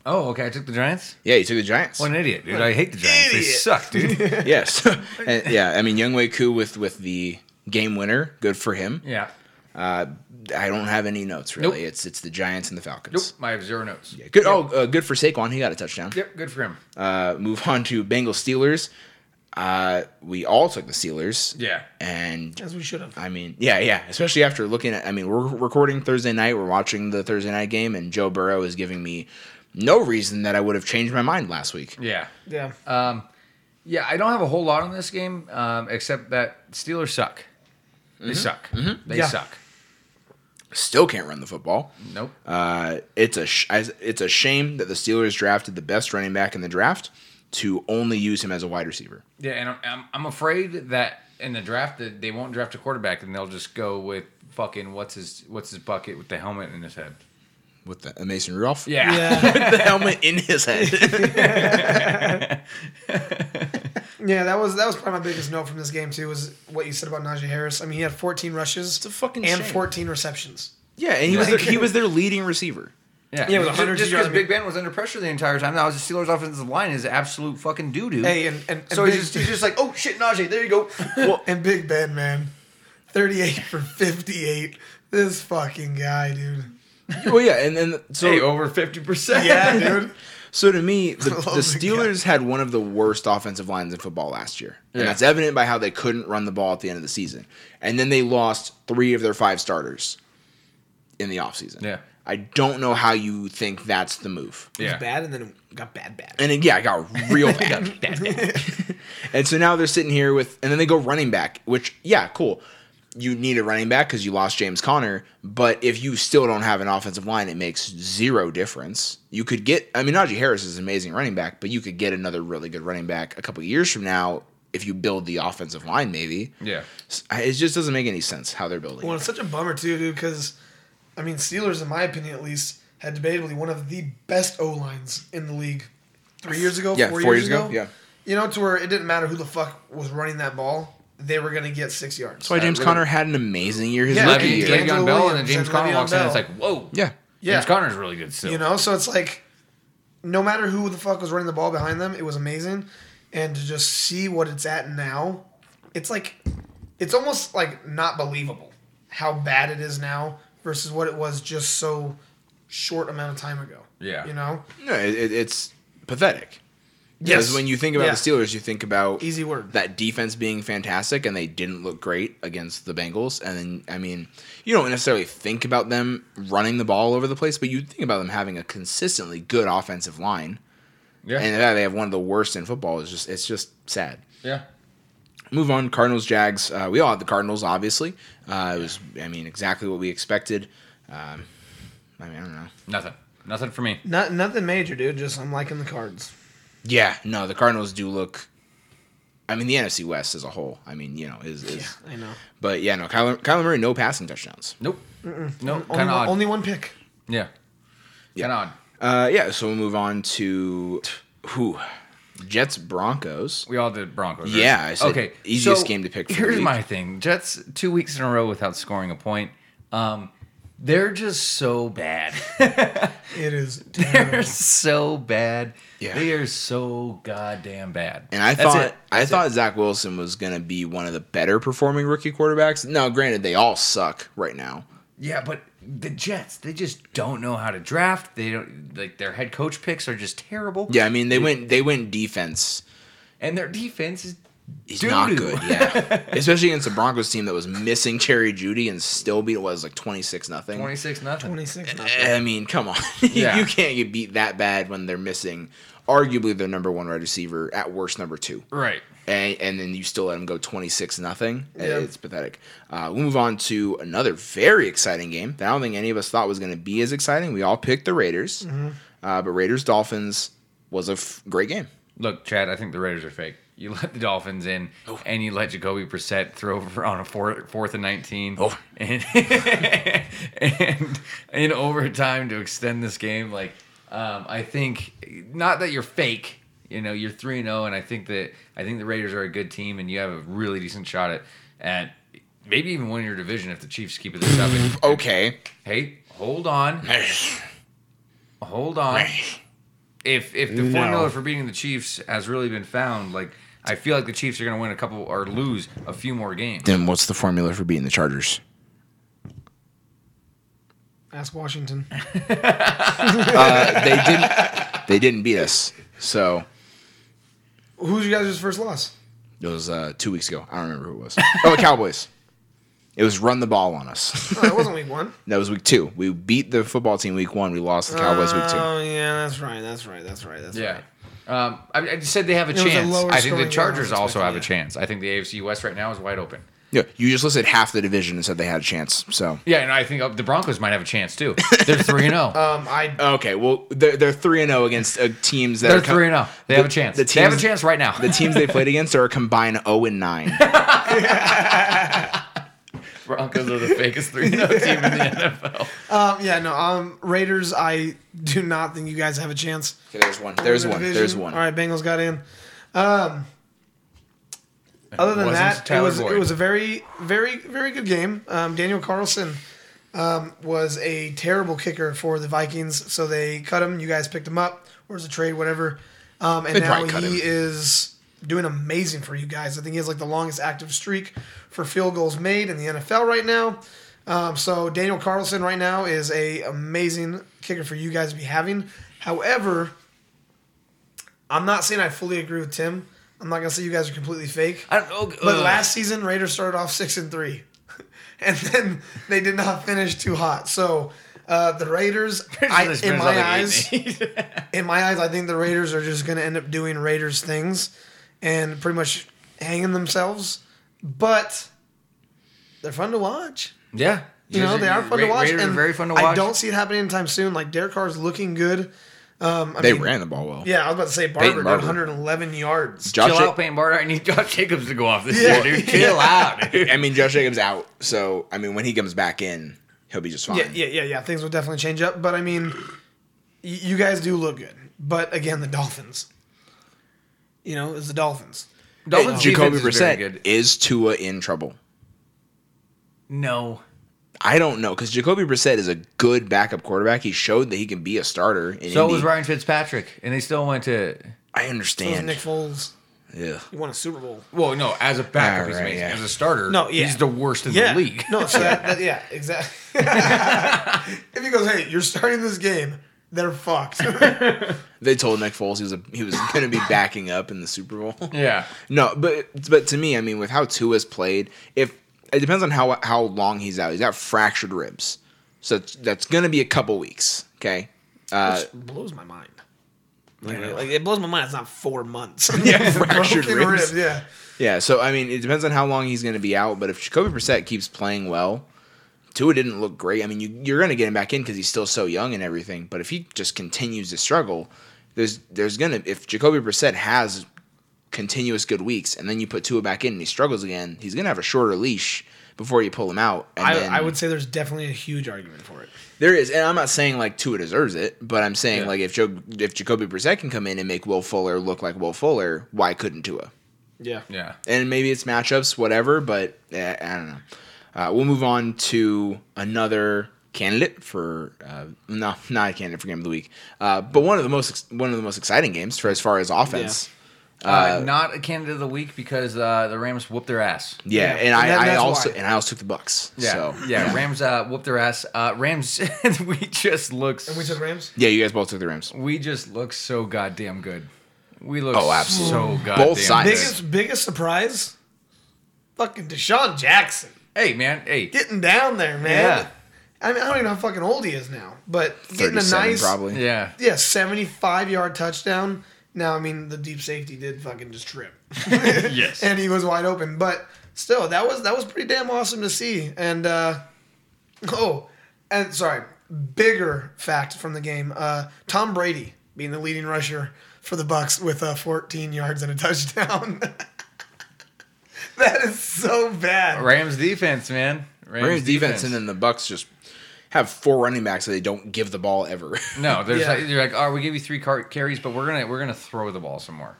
Oh, okay. I took the Giants. Yeah, you took the Giants. What an idiot, dude! I hate the Giants. They idiot. suck, dude. Yes. And, yeah, I mean Young Wei Koo with with the game winner. Good for him. yeah. I don't have any notes really. Nope. It's it's the Giants and the Nope. Falcons. I have zero notes. Yeah, good. Oh, uh, good for Saquon. He got a touchdown. Yep. Good for him. Uh, move on to Bengals Steelers. Uh, we all took the Steelers. Yeah. And As we should have. I mean, yeah, yeah. Especially after looking at, I mean, we're recording Thursday night. We're watching the Thursday night game, and Joe Burrow is giving me no reason that I would have changed my mind last week. Yeah. Yeah. Uh, Um, yeah, I don't have a whole lot on this game um, except that Steelers suck. They suck. They Yeah. suck. Still can't run the football. Nope. Uh, it's a sh- I- it's a shame that the Steelers drafted the best running back in the draft to only use him as a wide receiver. Yeah, and I'm- I'm, I'm afraid that in the draft that they won't draft a quarterback and they'll just go with fucking what's his what's his bucket with the helmet in his head. With the Mason Rudolph, Yeah. Yeah. with the helmet in his head. Yeah, that was that was probably my biggest note from this game too. Was what you said about Najee Harris. I mean, he had 14 rushes It's a fucking and shame. 14 receptions. Yeah, and he was their, he was their leading receiver. Yeah, with Just- 100 just because yards, I Big mean- Ben was under pressure the entire time. That was the Steelers' offensive line is absolute fucking doo doo. Hey, and- and- and so he's Big- just, he's just like, oh shit, Najee, there you go. And Big Ben, man, 38 for 58. This fucking guy, dude. well, yeah, and then so hey, oh. over fifty percent. Yeah, dude. So to me, the, the love the Steelers had one of the worst offensive lines in football last year, and Yeah. that's evident by how they couldn't run the ball at the end of the season, and then they lost three of their five starters in the offseason. Yeah. I don't know how you think that's the move. It was yeah. bad, and then it got bad, bad. And it, yeah, it got real bad. and so now they're sitting here with, and then they go running back, which yeah, cool. You need a running back because you lost James Conner, but if you still don't have an offensive line, it makes zero difference. You could get, I mean, Najee Harris is an amazing running back, but you could get another really good running back a couple years from now if you build the offensive line. Maybe Yeah. S- it just doesn't make any sense how they're building. Well, it. it's such a bummer too, dude. Because I mean, Steelers, in my opinion, at least, had debatably one of the best O lines in the league three years ago. Yeah, four, years, ago. yeah. you know, to where it didn't matter who the fuck was running that ball, they were gonna get six yards. That's why James really- Conner had an amazing year his Yeah, Le'Veon, I rookie mean, year. D'Angelo Le'Veon Bell, and then Williams James and Conner Le'Veon walks in. and It's Bell. like, whoa. Yeah. Yeah. James Conner's really good still. You know, so it's like, no matter who the fuck was running the ball behind them, it was amazing, and to just see what it's at now, it's like, it's almost like not believable how bad it is now versus what it was just so short amount of time ago. Yeah. you know, No, it, it- it's pathetic. Because when you think about Yeah. the Steelers, you think about Easy word. that defense being fantastic, and they didn't look great against the Bengals. And then, I mean, you don't necessarily think about them running the ball all over the place, but you think about them having a consistently good offensive line. Yeah. And the fact they have one of the worst in football is just it's just sad. yeah. Move on, Cardinals, Jags. Uh, we all had the Cardinals, obviously. Uh, it was, I mean, exactly what we expected. Um, I mean, I don't know. Nothing. Nothing for me. Not nothing major, dude. Just I'm liking the cards. Yeah, no, the Cardinals do look. I mean, the NFC West as a whole. I mean, you know, is, is I know. but yeah, no, Kyler, Kyler Murray, no passing touchdowns. Nope. Nope. Kind Only, of one, odd. only one pick. yeah. Yeah. Kind of odd. Uh, yeah, so we'll move on to who Jets Broncos. We all did Broncos. right? Yeah, I said easiest game to pick for the here's week. my thing: Jets two weeks in a row without scoring a point. Um, they're just so bad. It is. they're so bad. Yeah. they are so goddamn bad. And I That's thought it. I That's thought it. Zach Wilson was gonna be one of the better performing rookie quarterbacks. Now, granted, they all suck right now. yeah, but the Jets they just don't know how to draft. They don't like their head coach picks are just terrible. Yeah, I mean they went they went defense. and their defense is He's doo-doo. not good. Yeah, especially against the Broncos team that was missing Cherry Judy and still beat it was like twenty six nothing. Eh, Twenty six nothing. Twenty six. I mean, come on. You- Yeah. you can't get beat that bad when they're missing arguably their number one wide receiver, at worst number two. Right. And, and then you still let them go 26 nothing. Yeah. It's pathetic. Uh, we'll move on to another very exciting game that I don't think any of us thought was going to be as exciting. We all picked the Raiders, uh, but Raiders Dolphins was a f- great game. Look, Chad, I think the Raiders are fake. You let the Dolphins in, and you let Jacoby Brissett throw over on a four, fourth and nineteen, Oh. and and in overtime to extend this game. Like, um, I think not that you're fake. You know, you're three and zero, and I think that I think the Raiders are a good team, and you have a really decent shot at at maybe even winning your division if the Chiefs keep it this up. And- Okay. Hey, hold on, hold on if if the formula for beating the Chiefs has really been found, like I feel like the Chiefs are going to win a couple or lose a few more games. Then what's the formula for beating the Chargers? Ask Washington. Uh, they didn't. They didn't beat us. So Who's you guys' first loss? It was uh, two weeks ago. I don't remember who it was. Oh, the Cowboys. It was run the ball on us. No, it wasn't week one. that was week two. We beat the football team week one. We lost the Cowboys week two. Oh yeah, that's right. That's right. That's right. That's Yeah. right. Um, I, I just said they have a was a chance. lower I think the scoring Chargers game I was also have a expecting, chance. I think the AFC West right now is wide open. Yeah, you just listed half the division and said they had a chance. So Yeah, and I think uh, the Broncos might have a chance too. They're three and oh. zero. Um, I okay, well they're they're three and zero against uh, teams that They're are com- three and zero. They have a chance. the they have a teams- chance right now. The teams they played against are a combined zero and nine. Broncos are the fakest three and zero team in the NFL. um, yeah no um Raiders. I do not think you guys have a chance. there's one. There's Win the one. There's division. one. All right, Bengals got in. Um, Other than wasn't that, it Tyler was Boyd. it was a very very very good game. Um, Daniel Carlson um, was a terrible kicker for the Vikings, so they cut him. You guys picked him up, or it was a trade, whatever. Um, and They now probably cut him. he is doing amazing for you guys. I think he has like the longest active streak for field goals made in the NFL right now. Um, so Daniel Carlson right now is a amazing kicker for you guys to be having. However, I'm not saying I fully agree with Tim. I'm not gonna say you guys are completely fake. I don't- oh, but ugh. last season, Raiders started off six and three, and then they did not finish too hot. So uh, the Raiders, I, This in man's my like eyes, eight and eight. in my eyes, I think the Raiders are just gonna end up doing Raiders things, and pretty much hanging themselves. But they're fun to watch. yeah. You know, they are fun to Ra- watch. Raiders are and very fun to watch. I don't see it happening anytime soon. Like Derek Carr is looking good. Um, I They mean, ran the ball well. Yeah, I was about to say Barber, did Barber. 111 yards. Josh Chill Ja- out, Payne Barter. I need Josh Jacobs to go off this Yeah. year, dude. Chill out. dude. I mean, Josh Jacobs out, so I mean, when he comes back in, he'll be just fine. Yeah, yeah, yeah, yeah. Things will definitely change up, but I mean, y- you guys do look good. But again, the Dolphins. You know, it's the Dolphins. Dolphins Jacoby defense is very Brissett good. is Tua in trouble? No. I don't know because Jacoby Brissett is a good backup quarterback. He showed that he can be a starter. In So Indy. was Ryan Fitzpatrick, and they still went to. I It was understand. Nick Foles. Ugh. He won a Super Bowl. Well, no, as a backup, All he's right, amazing. yeah. As a starter, No, yeah. he's the worst in Yeah. the league. No, so that, that yeah, exactly. if he goes, hey, you're starting this game, they're fucked. They told Nick Foles he was a, he was going to be backing up in the Super Bowl. Yeah. No, but but to me, I mean, with how Tua's played, if it depends on how how long he's out. He's got fractured ribs, so it's- that's going to be a couple weeks. Okay, uh, Which blows my mind. Like, like, it blows my mind. It's not four months. fractured Broken ribs. rib, yeah. yeah. So I mean, it depends on how long he's going to be out. But if Jacoby Brissett keeps playing well, Tua didn't look great. I mean, you, you're going to get him back in because he's still so young and everything. But if he just continues to struggle, there's there's going to if Jacoby Brissett has continuous good weeks and then you put Tua back in and he struggles again, he's going to have a shorter leash before you pull him out. And I, then- I would say there's definitely a huge argument for it. There is, and I'm not saying like Tua deserves it, but I'm saying Yeah. like if jo- if Jacoby Brissett can come in and make Will Fuller look like Will Fuller, why couldn't Tua? Yeah. Yeah. And maybe it's matchups, whatever, but eh, I don't know. Uh, we'll move on to another candidate for uh, no, not a candidate for game of the week, uh, but one of the most ex- one of the most exciting games for as far as offense. Uh, not a candidate of the week because uh, the Rams whooped their ass. Yeah, Yeah. and I, And that- I that's also why. and I also took the Bucks. Yeah, so. yeah. Rams uh, whooped their ass. Uh, Rams, we just look. And we took Rams? yeah, you guys both took the Rams. We just look so goddamn good. We look Oh, absolutely. so goddamn Both sides. good. Biggest biggest surprise? Fucking Deshaun Jackson. Hey man, hey. Getting down there, man. Yeah. I mean, I don't even know how fucking old he is now, but getting a 37 nice probably. Yeah. yeah, 75 yard touchdown. Now, I mean, the deep safety did fucking just trip. yes. And he was wide open, but still, that was that was pretty damn awesome to see. And uh oh, and sorry, bigger fact from the game. Uh Tom Brady being the leading rusher for the Bucks with uh 14 yards and a touchdown. that is so bad. Rams defense, man. Rams defense, and then the Bucks just have four running backs that they don't give the ball ever. no, there's Yeah. like, you're like, oh, we give you three car- carries, but we're gonna we're gonna throw the ball some more.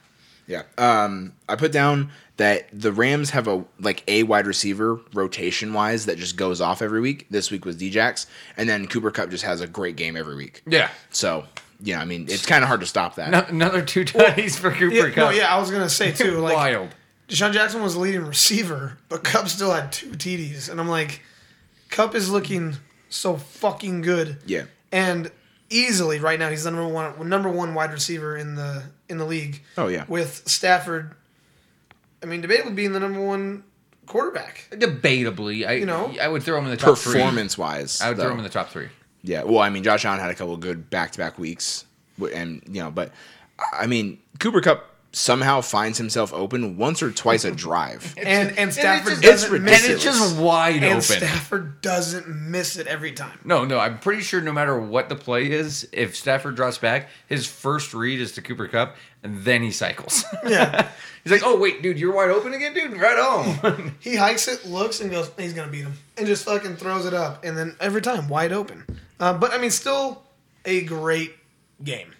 yeah. Um, I put down that the Rams have a like a wide receiver rotation wise that just goes off every week. This week was Djax, and then Cooper Cup just has a great game every week. Yeah. So yeah, I mean it's kind of hard to stop that. No, another two tutties for Cooper Yeah, Cup. no, yeah, I was gonna say too, like Wild. Deshaun Jackson was the leading receiver, but Cup still had two TDs. And I'm like, Cup is looking so fucking good. Yeah. And easily right now he's the number one number one wide receiver in the in the league. Oh, yeah. With Stafford I mean debatably being the number one quarterback. Debatably, I you know? know I would throw him in the top three. Performance wise, I would throw him in the top three. Yeah. Well, I mean, Josh Allen had a couple good back to back weeks, w- and you know, but I I mean, Cooper Cup somehow finds himself open once or twice a drive. And and Stafford just- it's doesn't And miss ridiculous. it's it. just wide And open. Stafford doesn't miss it every time. No, no, I'm pretty sure no matter what the play is, if Stafford drops back, his first read is to Cooper Cup, and then he cycles. Yeah. He's like, oh, wait, dude, you're wide open again, dude? Right on. He hikes it, looks, and goes, he's going to beat him. And just fucking throws it up. And then every time, wide open. Uh, but, I mean, still a great game.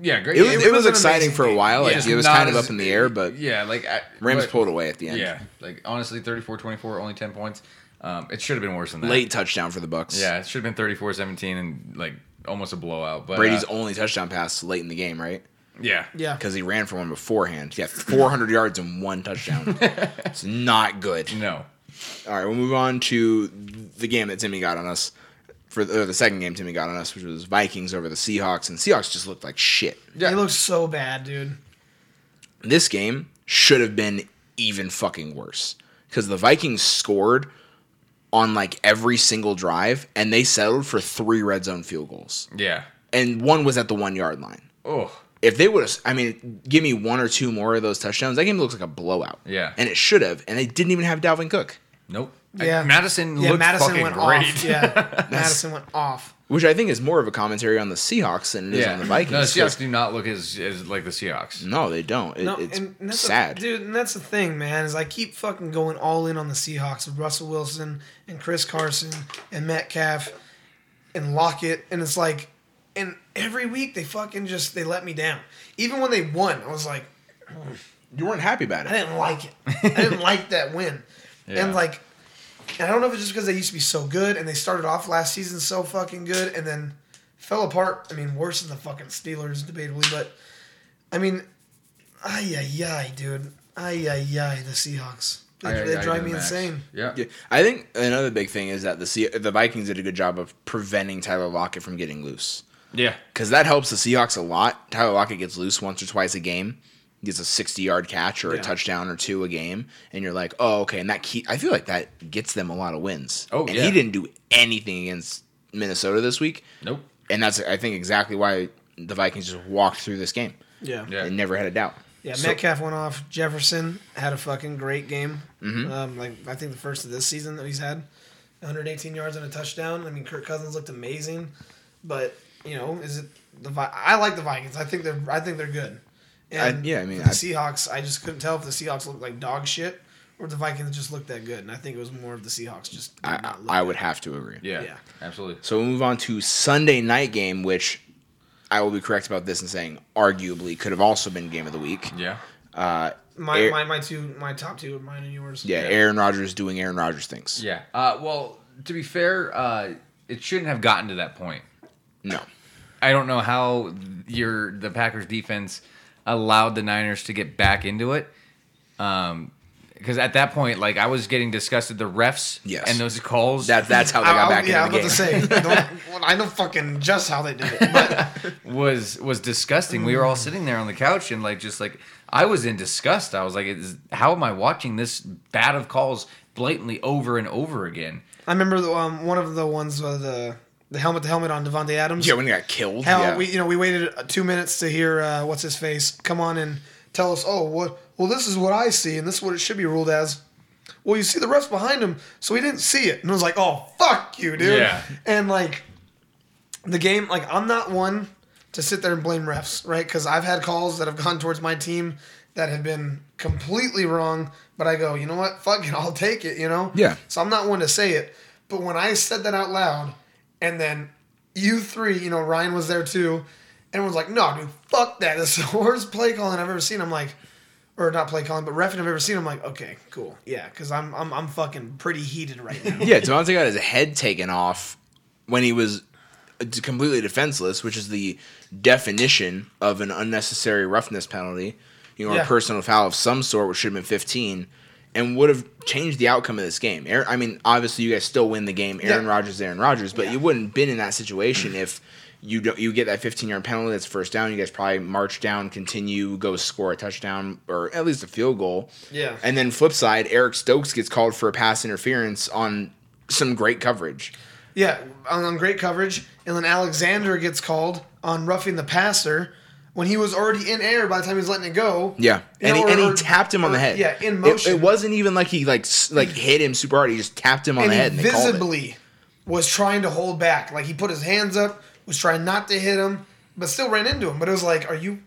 yeah, great. It was, it was, was an exciting amazing for a game. while. Like, It's it was not kind of as- up in the air, but yeah, like I, Rams but- pulled away at the end. Yeah, like honestly, 34-24, only ten points. Um, it should have been worse than that. Late touchdown for the Bucks. Yeah, it should have been 34-17 and like almost a blowout. But Brady's uh, only touchdown pass late in the game, right? yeah, Yeah. Because he ran for one beforehand. Yeah, 400 yards and one touchdown. it's not good. no, All right, we'll move on to the game that Timmy got on us for the, or the second game Timmy got on us, which was Vikings over the Seahawks, and Seahawks just looked like shit. yeah. He looks so bad, dude. This game should have been even fucking worse because the Vikings scored on like every single drive, and they settled for three red zone field goals, yeah. and one was at the one yard line. Oh, If they would have, I mean, give me one or two more of those touchdowns, that game looks like a blowout. Yeah. and it should have, and they didn't even have Dalvin Cook. nope. Yeah. I- Madison Yeah, looked Madison fucking went great. off. Yeah, Madison went off. Which I think is more of a commentary on the Seahawks than it is Yeah, on the Vikings. Mm. No, the 'cause- Seahawks do not look as, as like the Seahawks. No, they don't. It, No, it's and that's the- sad. dude. And that's the thing, man. Is I keep fucking going all in on the Seahawks of Russell Wilson and Chris Carson and Metcalf and Lockett, and it's like, and every week they fucking just they let me down. Even when they won, I was like, you weren't happy about I didn't like it. I didn't like that win, Yeah. and like, and I don't know if it's just because they used to be so good and they started off last season so fucking good and then fell apart. I mean, worse than the fucking Steelers, debatably, but I mean, ay ay ay, dude, ay ay ay, the Seahawks. They, I- they I- I drive do me the max. insane. Yeah. Yeah, I think another big thing is that the Se- the Vikings did a good job of preventing Tyler Lockett from getting loose Yeah. because that helps the Seahawks a lot. Tyler Lockett gets loose once or twice a game, gets a sixty yard catch or a Yeah. touchdown or two a game, and you're like, oh okay, and that key. I feel like that gets them a lot of wins. Oh, and yeah. he didn't do anything against Minnesota this week, Nope. and that's I think exactly why the Vikings just walked through this game Yeah, Yeah. and never had a doubt. yeah. So- Metcalf went off. Jefferson had a fucking great game. Mm-hmm. Um, like I think the first of this season that he's had, 118 yards and a touchdown. I mean, Kirk Cousins looked amazing, but you know, is it the Vi- I like the Vikings. I think they're I think they're good. And I- yeah, I mean, for I- the Seahawks. I just couldn't tell if the Seahawks looked like dog shit or the Vikings just looked that good. And I think it was more of the Seahawks just. did I, not look I that would have to agree. Yeah. Yeah. Absolutely. So we'll move on to Sunday night game, which I will be correct about this in saying arguably could have also been game of the week. Yeah. Uh, My, Air- my my two my top two, mine and yours. yeah, Aaron Rodgers doing Aaron Rodgers things. Yeah. Uh, well, to be fair, uh, it shouldn't have gotten to that point. No. I don't know how your the Packers defense allowed the Niners to get back into it. Um, because at that point, like I was getting disgusted, the refs Yes. and those calls That, that's how they got I- I- back yeah, into the I game. was about to say. I don't, well, I know fucking just how they did it, but was was disgusting. We were all sitting there on the couch and like just like I was in disgust. I was like, is, how am I watching this bat of calls blatantly over and over again? I remember the, um, one of the ones with the the helmet to helmet on Devontae Adams. Yeah, when he got killed. Hell, yeah. we you know we waited uh, two minutes to hear uh, what's his face come on and tell us. Oh, what? Well, this is what I see, and this is what it should be ruled as. Well, you see the refs behind him, so he didn't see it, and I was like, oh fuck you, dude. Yeah. And like the game, like I'm not one to sit there and blame refs, right? Because I've had calls that have gone towards my team that have been completely wrong, but I go, you know what? Fuck it, I'll take it. You know. Yeah. So I'm not one to say it, but when I said that out loud, and then you three, you know, Ryan was there too, and was like, no, dude, fuck that. This is the worst play calling I've ever seen. I'm like, or not play calling, but refing I've ever seen. I'm like, okay, cool, yeah, because I'm I'm I'm fucking pretty heated right now. yeah, Devontae got his head taken off when he was uh, d- completely defenseless, which is the definition of an unnecessary roughness penalty, you know, or Yeah. a personal foul of some sort, which should have been 15, and would have changed the outcome of this game. Aaron, I mean, obviously, you guys still win the game. Aaron Yeah. Rodgers, Aaron Rodgers, but Yeah. you wouldn't have been in that situation if. You don't. You get that 15 yard penalty. That's first down. You guys probably march down, continue, go score a touchdown or at least a field goal. Yeah. And then flip side, Eric Stokes gets called for a pass interference on some great coverage. Yeah, on, on great coverage. And then Alexander gets called on roughing the passer when he was already in air by the time he was letting it go. Yeah, You and, know, he, and or- he or- tapped him on or- the head. Yeah, in It- motion. It, wasn't even like he like s- like hit him super hard. He just tapped him on and the he head and they called it. visibly was trying to hold back. Like he put his hands up, was trying not to hit him, but still ran into him. But it was like, are you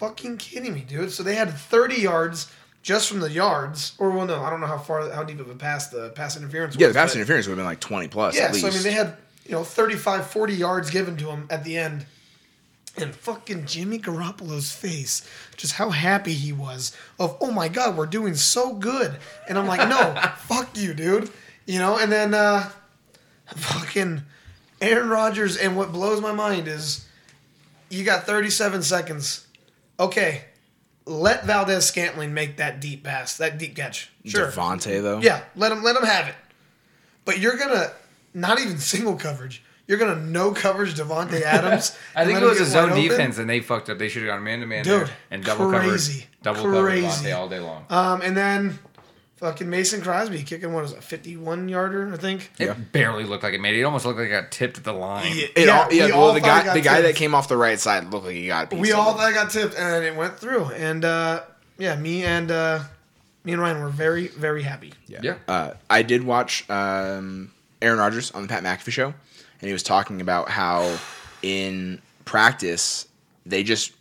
fucking kidding me, dude? So they had 30 yards just from the yards, or well, no, I don't know how far, how deep of a pass the pass interference. Yeah, the was, pass but- interference would have been like twenty plus. Yeah, at least. so I mean, they had you know 35, 40 yards given to him at the end, and fucking Jimmy Garoppolo's face, just how happy he was of, oh my god, we're doing so good. And I'm like, no, fuck you, dude. You know, and then uh fucking Aaron Rodgers and what blows my mind is you got 37 seconds. Okay. Let Valdez Scantling make that deep pass, that deep catch. Sure. Devontae though. Yeah, let him let him have it. But you're gonna not even single coverage. You're gonna no coverage Devonte Adams. I and think let it him was a get zone wide open. defense, and they fucked up. They should have gone man to man Dude, there and double crazy. covered, double covered Crazy. Devontae all day long. Um, and then fucking Mason Crosby kicking what is it, a 51 yarder, I think. it yeah. barely looked like it made it. It almost looked like it got tipped at the line. It all, yeah we well, the thought guy, it got the guy that tipped. came off the right side looked like he got. a piece we of all it. that got tipped, and it went through. And uh, yeah, me and uh, me and Ryan were very very happy. Yeah. Uh, I did watch um, Aaron Rodgers on the Pat McAfee show, and he was talking about how in practice they just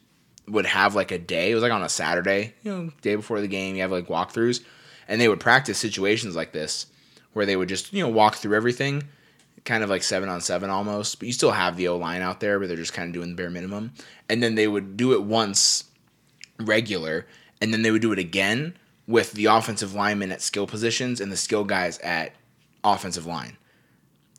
would have like a day. It was like on a Saturday, you know, day before the game. You have like walkthroughs, and they would practice situations like this where they would just you know walk through everything, kind of like seven on seven almost. But you still have the O line out there, but they're just kind of doing the bare minimum. And then they would do it once regular, and then they would do it again with the offensive linemen at skill positions and the skill guys at offensive line,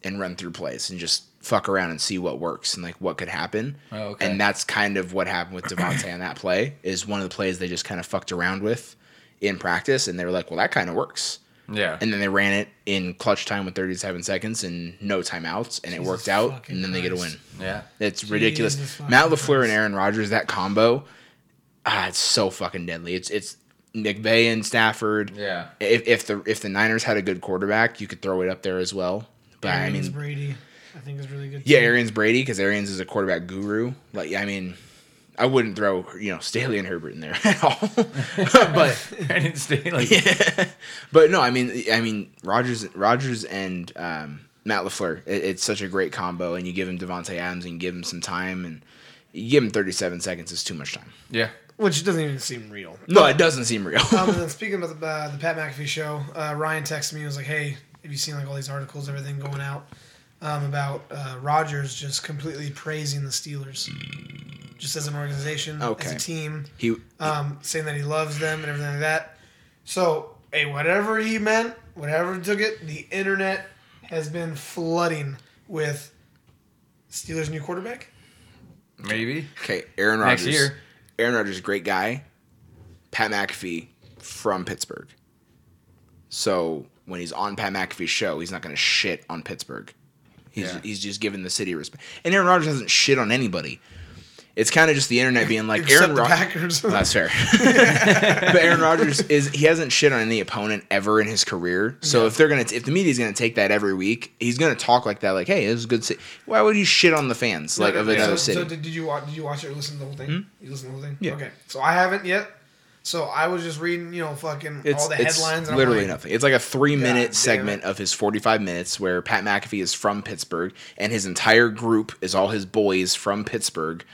and run through plays and just fuck around and see what works and like what could happen. Oh, okay. And that's kind of what happened with Devontae on that play. Is one of the plays they just kind of fucked around with in practice, and they were like, "Well, that kind of works." Yeah. And then they ran it in clutch time with 37 seconds and no timeouts, and it Jesus worked out. fucking And then they get a win. Christ. yeah. It's ridiculous. Jesus fucking Matt Lafleur Christ. and Aaron Rodgers, that combo, ah, it's so fucking deadly. It's it's McVay and Stafford. Yeah. If, if the if the Niners had a good quarterback, you could throw it up there as well. But I Arians mean, Brady, I think is really good. yeah, too. Arians Brady because Arians is a quarterback guru. Like I mean, I wouldn't throw you know Staley and Herbert in there at all. but and it's like but no, I mean, I mean, Rogers, Rogers, and um, Matt Lafleur. It, it's such a great combo, and you give him Devonte Adams, and you give him some time, and you give him 37 seconds is too much time. yeah. which doesn't even seem real. No, it doesn't seem real. um, and then speaking about the, uh, the Pat McAfee show, uh, Ryan texted me and was like, "Hey, have you seen like all these articles, everything going out um, about uh, Rogers just completely praising the Steelers, just as an organization, as Okay. a team, he um, saying that he loves them and everything like that." So, hey, whatever he meant, whatever took it, the internet has been flooding with Steelers' new quarterback. Maybe. okay, Aaron Next Rodgers. year. Aaron Rodgers, great guy. Pat McAfee from Pittsburgh. So when he's on Pat McAfee's show, he's not going to shit on Pittsburgh. He's, Yeah. he's just giving the city respect. And Aaron Rodgers doesn't shit on anybody. It's kind of just the internet being like Except Aaron the Rodgers. Packers. Well, That's fair. but Aaron Rodgers is he hasn't shit on any opponent ever in his career. So if they're gonna if the media's gonna take that every week, he's gonna talk like that. Like, hey, this is a good city. Why would you shit on the fans like of Okay, another so, city? So did, did you watch? Did you watch it or listen to the whole thing? You listened to the whole thing. Yeah. Okay. So I haven't yet. So I was just reading, you know, fucking it's all the it's headlines. and I'm literally like, nothing. It's like a three damn minute it. segment of his forty five minutes where Pat McAfee is from Pittsburgh and his entire group is all his boys from Pittsburgh.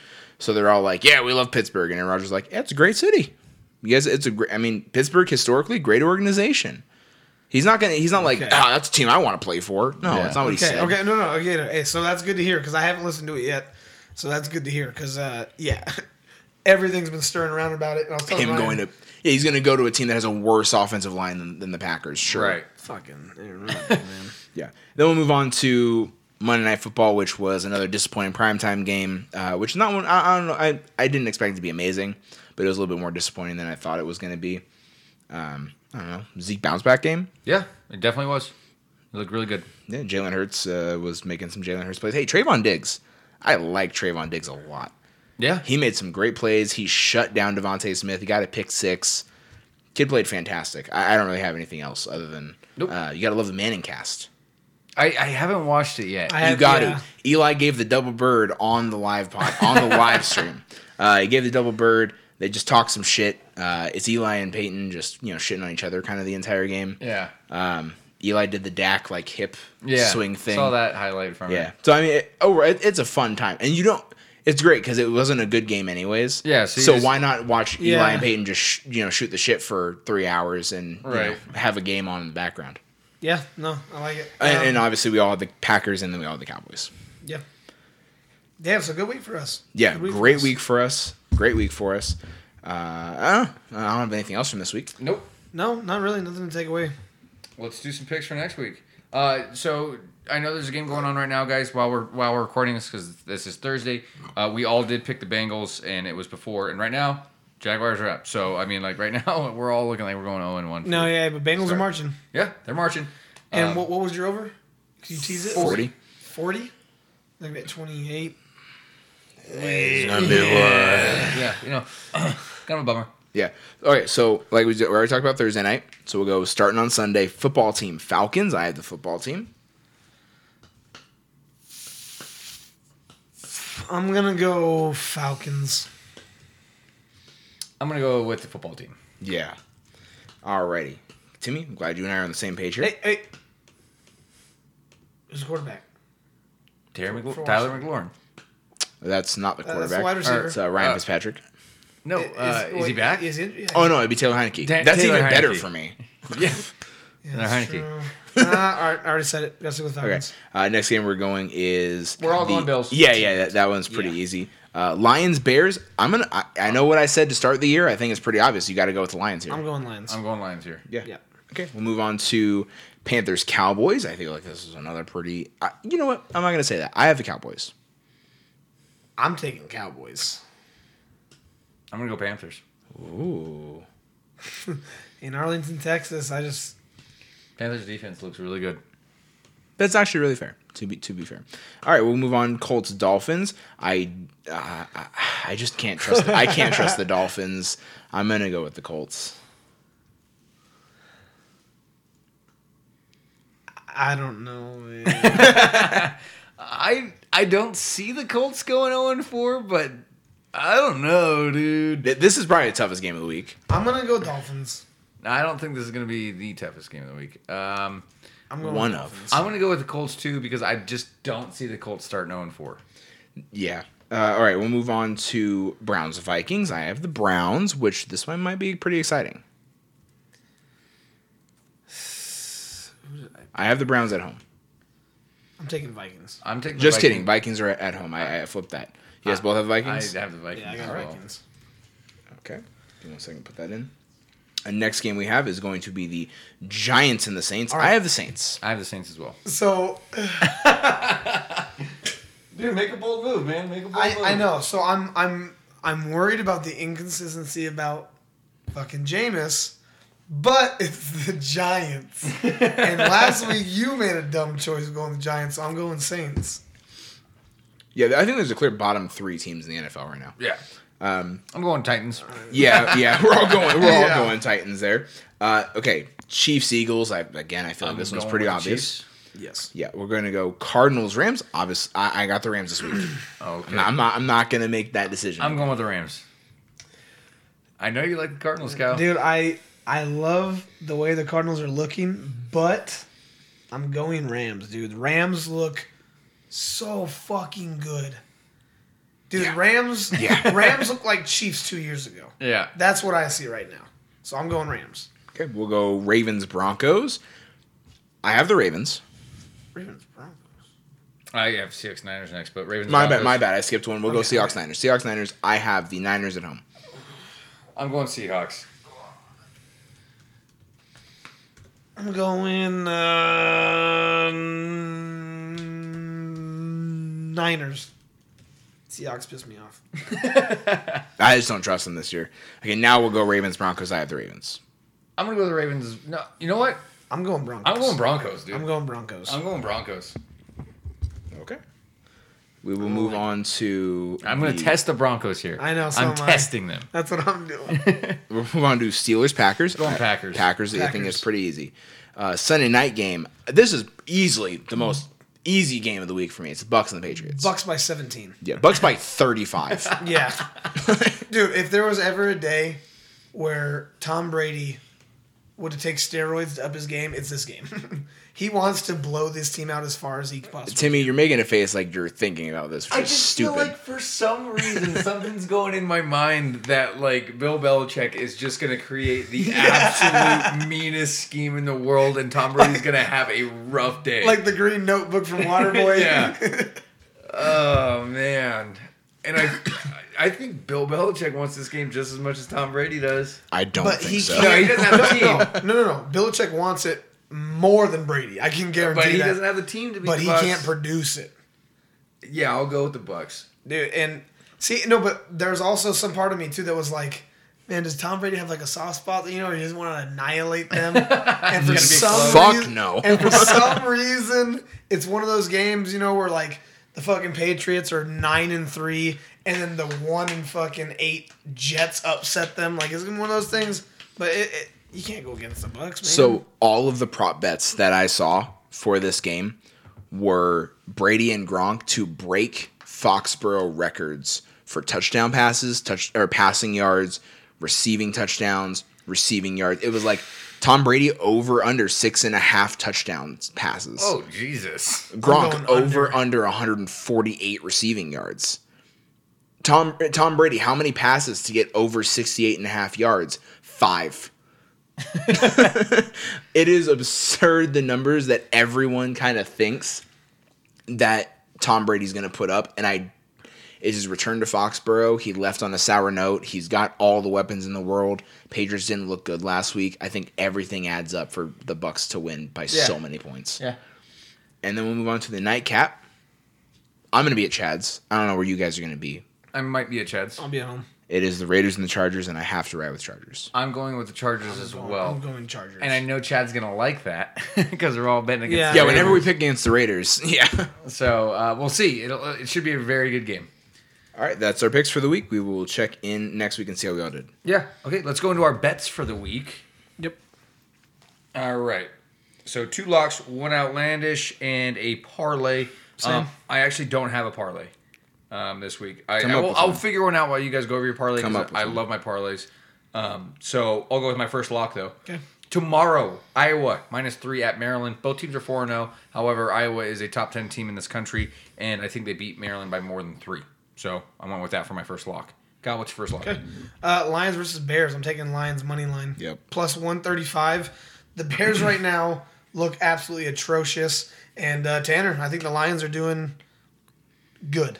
So they're all like, "Yeah, we love Pittsburgh," and Aaron Rodgers is like, "Yeah, it's a great city." You guys, it's a great. I mean, Pittsburgh historically great organization. He's not gonna. He's not like, Okay. ah, that's a team I want to play for. No, Yeah. that's not what he Okay. said. Okay. No. No. Okay. no, Hey. So that's good to hear because I haven't listened to it yet. So that's good to hear because uh, yeah, everything's been stirring around about it. And I was telling Him Ryan, going to, yeah, he's gonna go to a team that has a worse offensive line than, than the Packers. Sure, Right. fucking Aaron Rodgers, man. Yeah. Then we'll move on to Monday Night Football, which was another disappointing primetime game, uh, which is not one I, I don't know. I, I didn't expect it to be amazing, but it was a little bit more disappointing than I thought it was going to be. Um, I don't know. Zeke bounce back game. Yeah. It definitely was. It looked really good. Yeah, Jalen Hurts uh, was making some Jalen Hurts plays. Hey, Trayvon Diggs. I like Trayvon Diggs a lot. Yeah. He made some great plays. He shut down Devontae Smith. He got a pick six. Kid played fantastic. I, I don't really have anything else other than Nope. uh, you got to love the Manning cast. I, I haven't watched it yet. I You have- got yeah. to. Eli gave the double bird on the live pod, on the live stream. Uh, he gave the double bird. They just talked some shit. Uh, it's Eli and Peyton just you know shitting on each other kind of the entire game. yeah. Um, Eli did the Dak like hip Yeah. swing thing. Saw that highlight from Yeah. it. So I mean, it, oh, it, it's a fun time, and you don't. It's great because it wasn't a good game anyways. Yeah, so So, you just- why not watch Eli Yeah. and Peyton just sh- you know shoot the shit for three hours and you know, Right. have a game on in the background. Yeah. No. I like it. And, Um, and obviously we all had the Packers and then we all had the Cowboys. yeah. Damn, so good week for us. Yeah, Good for great us. week for us. Great week for us. Uh, I don't, know. I don't have anything else from this week. Nope. No, not really. Nothing to take away. Let's do some picks for next week. Uh, so I know there's a game going on right now, guys. While we're while we're recording this, because this is Thursday, uh, we all did pick the Bengals, and it was before. And right now, Jaguars are up. So I mean, like right now, we're all looking like we're going 0 and 1. No, yeah, but Bengals are Sorry. marching. yeah, they're marching. And Um, what, what was your over? Could you tease it? 40. 40? Like at 28. yeah, you know, kind of a bummer. Yeah. All right. So, like we, did, we already talked about Thursday night. So we'll go starting on Sunday. Football team Falcons. I have the football team. I'm going to go Falcons. I'm gonna go with the football team. Yeah. Alrighty. Timmy, I'm glad you and I are on the same page here. Hey, hey. Who's the quarterback? Terry For- for McLaurin. Tyler McLaurin. That's not the Uh, that's the quarterback. wide receiver. It's uh, Ryan Uh, Fitzpatrick. No, uh, is, wait, he back? Is he, yeah, Oh no, it'd be Taylor Heineke. Dan- That's Taylor even better Heineke. for me. yeah. yeah, no, Heineke. that's true. Nah, all right, I already said it. Got to go with Okay. Falcons. Uh, next game we're going is We're all the- going Bills. Yeah, yeah, that, that one's pretty easy. Uh, Lions Bears. I'm gonna. I, I know what I said to start the year. I think it's pretty obvious. You got to go with the Lions here. I'm going Lions. I'm going Lions here. yeah. yeah. Okay. We'll move on to Panthers Cowboys. I feel like this is another pretty. I, you know what? I'm not gonna say that. I have the Cowboys. I'm taking Cowboys. I'm gonna go Panthers. Ooh. In Arlington, Texas, I just Panthers defense looks really good. That's actually really fair. To be to be fair. All right, we'll move on. Colts Dolphins. I uh, I- I just can't trust. I can't trust the Dolphins. I'm gonna go with the Colts. I don't know. man. I I don't see the Colts going 0 and 4, but I don't know, dude. Th- This is probably the toughest game of the week. I'm gonna go Dolphins. I don't think this is going to be the toughest game of the week. Um, I'm going One with of. Dolphins. I'm going to go with the Colts too because I just don't see the Colts starting 0 and 4. Yeah. Uh, all right, we'll move on to Browns Vikings. I have the Browns, which this one might be pretty exciting. I have the Browns at home. I'm taking Vikings. I'm taking the Just Vikings. kidding. Vikings are at- at home. I, I flipped that. You guys both have Vikings? I have the Vikings. Yeah, I as got well. Vikings. Okay. Give me one second. Put that in. And next game we have is going to be the Giants and the Saints. I have the Saints. I have the Saints as well. So Dude, make a bold move, man. Make a bold I, I know. So I'm I'm I'm worried about the inconsistency about fucking Jameis, but it's the Giants. and last week you made a dumb choice of going the Giants, so I'm going Saints. Yeah, I think there's a clear bottom three teams in the NFL right now. Yeah. I'm going Titans. Yeah, yeah, we're all going. We're all Yeah. going Titans there. Uh, okay, Chiefs Eagles. I again, I feel like I'm this one's going pretty with the obvious. Chiefs. Yes. Yeah, we're going to go Cardinals Rams. Obvious. I, I got the Rams this week. Okay. I'm not. I'm not, I'm not going to make that decision. I'm going with the Rams. I know you like the Cardinals, Kyle. Dude, I I love the way the Cardinals are looking, but I'm going Rams, dude. Rams look so fucking good. Dude, Yeah. Rams Yeah. Rams look like Chiefs 2 years ago. Yeah. That's what I see right now. So I'm going Rams. okay, we'll go Ravens Broncos. I have the Ravens. Ravens Broncos. I have Seahawks Niners next, but Ravens. My bad. Broncos. My bad. I skipped one. We'll Okay, go Seahawks Niners. Seahawks Niners. I have the Niners at home. I'm going Seahawks. I'm going uh, um, Niners. Seahawks pissed me off. I just don't trust them this year. Okay, now we'll go Ravens Broncos. I have the Ravens. I'm gonna go with the Ravens. No, you know what? I'm going Broncos. I'm going Broncos, dude. I'm going Broncos. I'm going Broncos. Okay. We will move on to. I'm gonna the- test the Broncos here. I know, so I'm am I. testing them. That's what I'm doing. We'll move on to Steelers Packers. Going Packers. Packers. I think Packers. it's pretty easy. Uh, Sunday night game. This is easily Mm-hmm. the most easy game of the week for me. It's the Bucks and the Patriots. Bucks by 17. Yeah, Bucks by thirty-five. Yeah. Dude, if there was ever a day where Tom Brady would take steroids to up his game, it's this game. he wants to blow this team out as far as he possibly Timmy, you're making a face like you're thinking about this, which is stupid. for some reason something's going in my mind that like Bill Belichick is just gonna create the absolute meanest scheme in the world, and Tom Brady's gonna have a rough day. Like the green notebook from Waterboy. yeah. Oh man. And I, I think Bill Belichick wants this game just as much as Tom Brady does. I don't But think he so. can't. No, he doesn't have a no, team. no, no, no. Belichick wants it more than Brady. I can guarantee But he that. doesn't have the team to be. but the he Bucks. can't produce it, Yeah, I'll go with the Bucks. dude. And see, no, but there's also some part of me too that was like, man, does Tom Brady have like a soft spot? that, You know, he doesn't want to annihilate them. And for some close. reason, Fuck no. and for some reason, it's one of those games, you know, where like the fucking Patriots are nine and three, and then the one and fucking eight Jets upset them. Like it's gonna be one of those things. But it, it, you can't go against the Bucks, man. So all of the prop bets that I saw for this game were Brady and Gronk to break Foxborough records for touchdown passes, touch or passing yards, receiving touchdowns, receiving yards. It was like Tom Brady over under six and a half touchdowns passes. Oh Jesus! I'm Gronk going over under 148 receiving yards. Tom Tom Brady, how many passes to get over 68 and a half yards? 5. it is absurd the numbers that everyone kind of thinks that Tom Brady's going to put up and I it's his return to Foxborough. He left on a sour note. He's got all the weapons in the world. Patriots didn't look good last week. I think everything adds up for the Bucks to win by Yeah. so many points Yeah. and then we'll move on to the nightcap. I'm gonna be at Chad's. I don't know where you guys are gonna be. I might be a Chad's. I'll be at home. It is the Raiders and the Chargers, and I have to ride with Chargers. I'm going with the Chargers as well, I'm going Chargers. and I know Chad's gonna like that because we're all betting Yeah. against. Yeah, the whenever we Raiders. pick against the Raiders, yeah. So uh, we'll see. It'll, it should be a very good game. All right, that's our picks for the week. We will check in next week and see how we all did. Yeah. Okay. Let's go into our bets for the week. yep. All right. So two locks, one outlandish, and a parlay. Um, I actually don't have a parlay um, this week. I, Come I up will, with I'll one. figure one out while you guys go over your parlay. Come 'cause up with I one. love my parlays. Um, so I'll go with my first lock though. Okay. Tomorrow, Iowa minus three at Maryland. Both teams are four and zero. However, Iowa is a top ten team in this country, and I think they beat Maryland by more than three. So I went with that for my first lock. God, what's your first lock? Uh, Lions versus Bears. I'm taking Lions money line. Yep. Plus 135. The Bears right now look absolutely atrocious. And uh, Tanner, I think the Lions are doing good.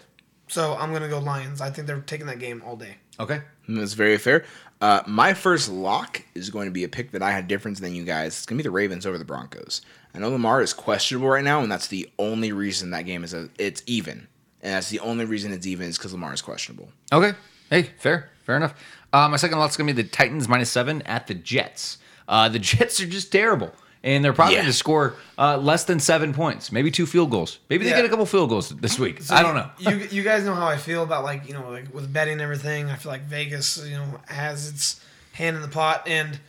So I'm going to go Lions. I think they're taking that game all day. Okay. And That's very fair. Uh, my first lock is going to be a pick that I had different than you guys. It's going to be the Ravens over the Broncos. I know Lamar is questionable right now, and that's the only reason that game is a, it's even. And that's the only reason it's even is because Lamar is questionable. Okay. Hey, fair, fair enough. Uh, my second lot's gonna be the Titans minus seven at the Jets. Uh, the Jets are just terrible, and they're probably Yeah. gonna score uh, less than seven points, maybe two field goals. Maybe they Yeah. get a couple field goals this week. I don't know. you, you guys know how I feel about, like, you know, like with betting and everything. I feel like Vegas, you know, has its hand in the pot. And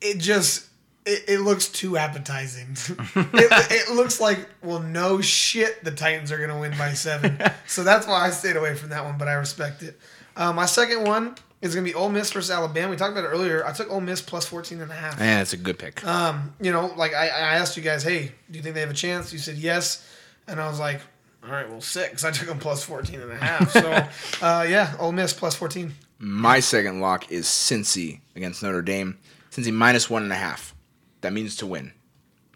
it just. It, it looks too appetizing. it, it looks like, well, no shit, the Titans are going to win by seven. so that's why I stayed away from that one, but I respect it. Um, my second one is going to be Ole Miss versus Alabama. We talked about it earlier. I took Ole Miss plus 14 and a half Yeah, that's a good pick. you know, like I, I asked you guys, hey, do you think they have a chance? You said yes. And I was like, all right, well, six. I took them plus 14 and a half. So, uh, yeah, Ole Miss plus 14. My second lock is Cincy against Notre Dame. Cincy minus one and a half. That means to win.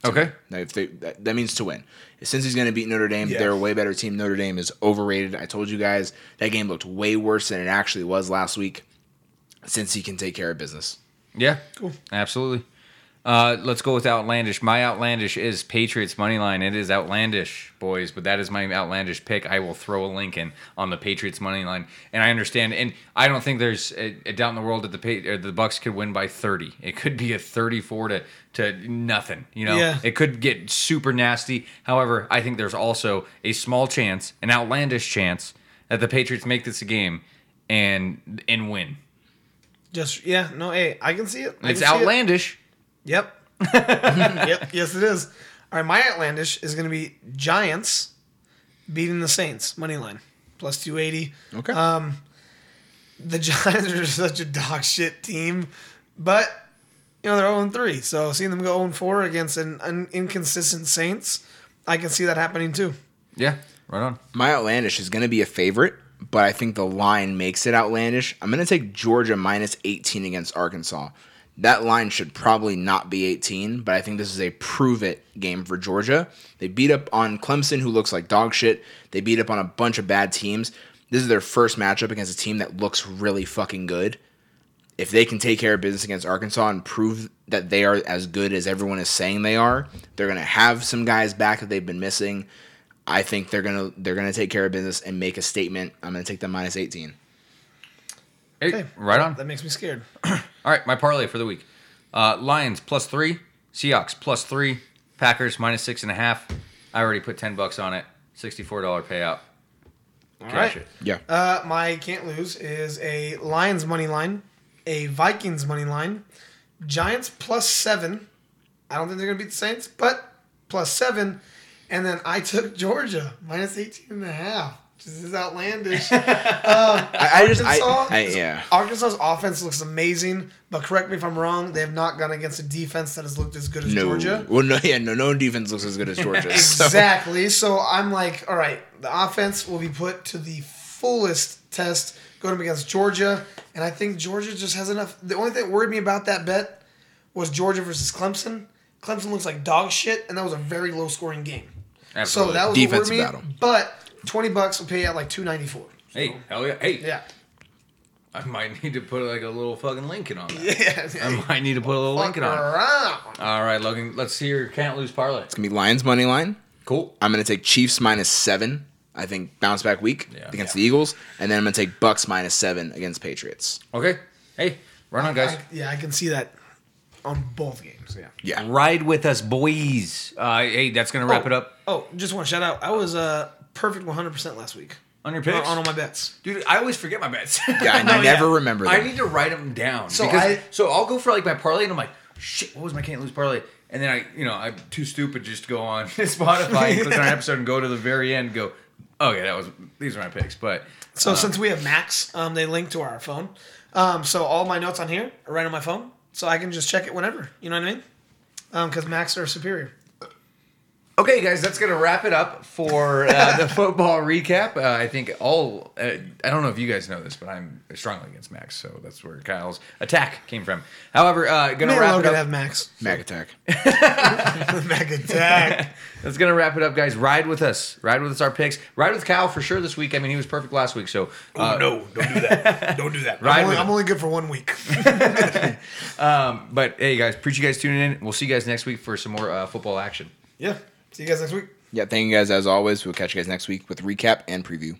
Okay. Now, if they, that, that means to win. Cincy's going to beat Notre Dame. Yeah. They're a way better team. Notre Dame is overrated. I told you guys that game looked way worse than it actually was last week. Cincy can take care of business. Yeah. Cool. Absolutely. Uh, let's go with outlandish. My outlandish is Patriots money line. It is outlandish, boys, but that is my outlandish pick. I will throw a link in on the Patriots money line, and I understand. And I don't think there's a, a doubt in the world that the pa- or the Bucks could win by thirty. It could be a thirty-four to to nothing. You know, Yeah. it could get super nasty. However, I think there's also a small chance, an outlandish chance, that the Patriots make this a game and and win. Just, yeah, no, hey, I can see it. I It's can see it. outlandish. Yep. yep. Yes, it is. All right, my outlandish is going to be Giants beating the Saints, money line, plus 280. Okay. the Giants are such a dog shit team, but you know they're 0 3. So seeing them go 0 4 against an, an inconsistent Saints, I can see that happening too. Yeah, right on. My outlandish is going to be a favorite, but I think the line makes it outlandish. I'm going to take Georgia minus 18 against Arkansas. that line should probably not be 18, but I think this is a prove it game for Georgia. They beat up on Clemson, who looks like dog shit. They beat up on a bunch of bad teams. This is their first matchup against a team that looks really fucking good. If they can take care of business against Arkansas and prove that they are as good as everyone is saying they are, they're going to have some guys back that they've been missing. I think they're going to they're going to take care of business and make a statement. I'm going to take them minus 18. Hey, Okay. right on. That makes me scared. All right, my parlay for the week: uh, Lions plus three, Seahawks plus three, Packers minus six and a half. I already put ten bucks on it. Sixty-four dollar payout. All Cash it. Yeah. Uh, my can't lose is a Lions money line, a Vikings money line, Giants plus seven. I don't think they're going to beat the Saints, but plus seven. And then I took Georgia minus 18 and a half. This is outlandish. I, I just I, Arkansas, I- yeah. Arkansas's offense looks amazing, but correct me if I'm wrong. They have not gone against a defense that has looked as good as No. Georgia. Well, no, yeah, no, no defense looks as good as Georgia. so- Exactly. So I'm like, all right, the offense will be put to the fullest test going up against Georgia, and I think Georgia just has enough. The only thing that worried me about that bet was Georgia versus Clemson. Clemson looks like dog shit, and that was a very low scoring game. Absolutely. So that was defensive Defensive me, battle. But twenty bucks will pay out like two ninety four. Hey, hell yeah! Hey, Yeah. I might need to put like a little fucking Lincoln on that. Yeah. I might need to put a little Lincoln on it. Around. All right, Logan. Let's see your can't lose parlay. It's gonna be Lions money line. Cool. I'm gonna take Chiefs minus seven. I think bounce back week Yeah. against the Eagles, and then I'm gonna take Bucks minus seven against Patriots. Okay. Hey, run on, guys. I- yeah, I can see that on both games. Yeah. Yeah, Ride with us, boys. Uh, hey, that's gonna wrap Oh. it up Oh, just want to shout out. I was uh, perfect 100% last week on your on, picks, on all my bets. dude. I always forget my bets. yeah. I, I Oh, never yeah. remember I that. need to write them down. So So because, I- so I'll go for like my parlay, and I'm like, shit, what was my can't lose parlay? And then I, you know, I'm too stupid just to go on Spotify and click on an episode and go to the very end. and Go, okay, that was these are my picks, but So since we have Max, um, they link to our phone. Um, so all my notes on here are right on my phone, so I can just check it whenever. You know what I mean? Because Macs are superior. Okay, guys, that's going to wrap it up for uh, the football recap. Uh, I think all, uh, I don't know if you guys know this, but I'm strongly against Max, so that's where Kyle's attack came from. However, uh, going to Man, wrap it Logan up. have Max. Mac attack. Mac attack. That's gonna wrap it up, guys. Ride with us. Ride with us. Our picks. Ride with Kyle for sure this week. I mean, he was perfect last week. So uh, no, don't do that. Don't do that. Ride I'm only, with I'm only good for one week. him. But hey, guys, appreciate you guys tuning in. We'll see you guys next week for some more uh, football action. yeah. See you guys next week. Yeah, thank you guys as always. We'll catch you guys next week with recap and preview.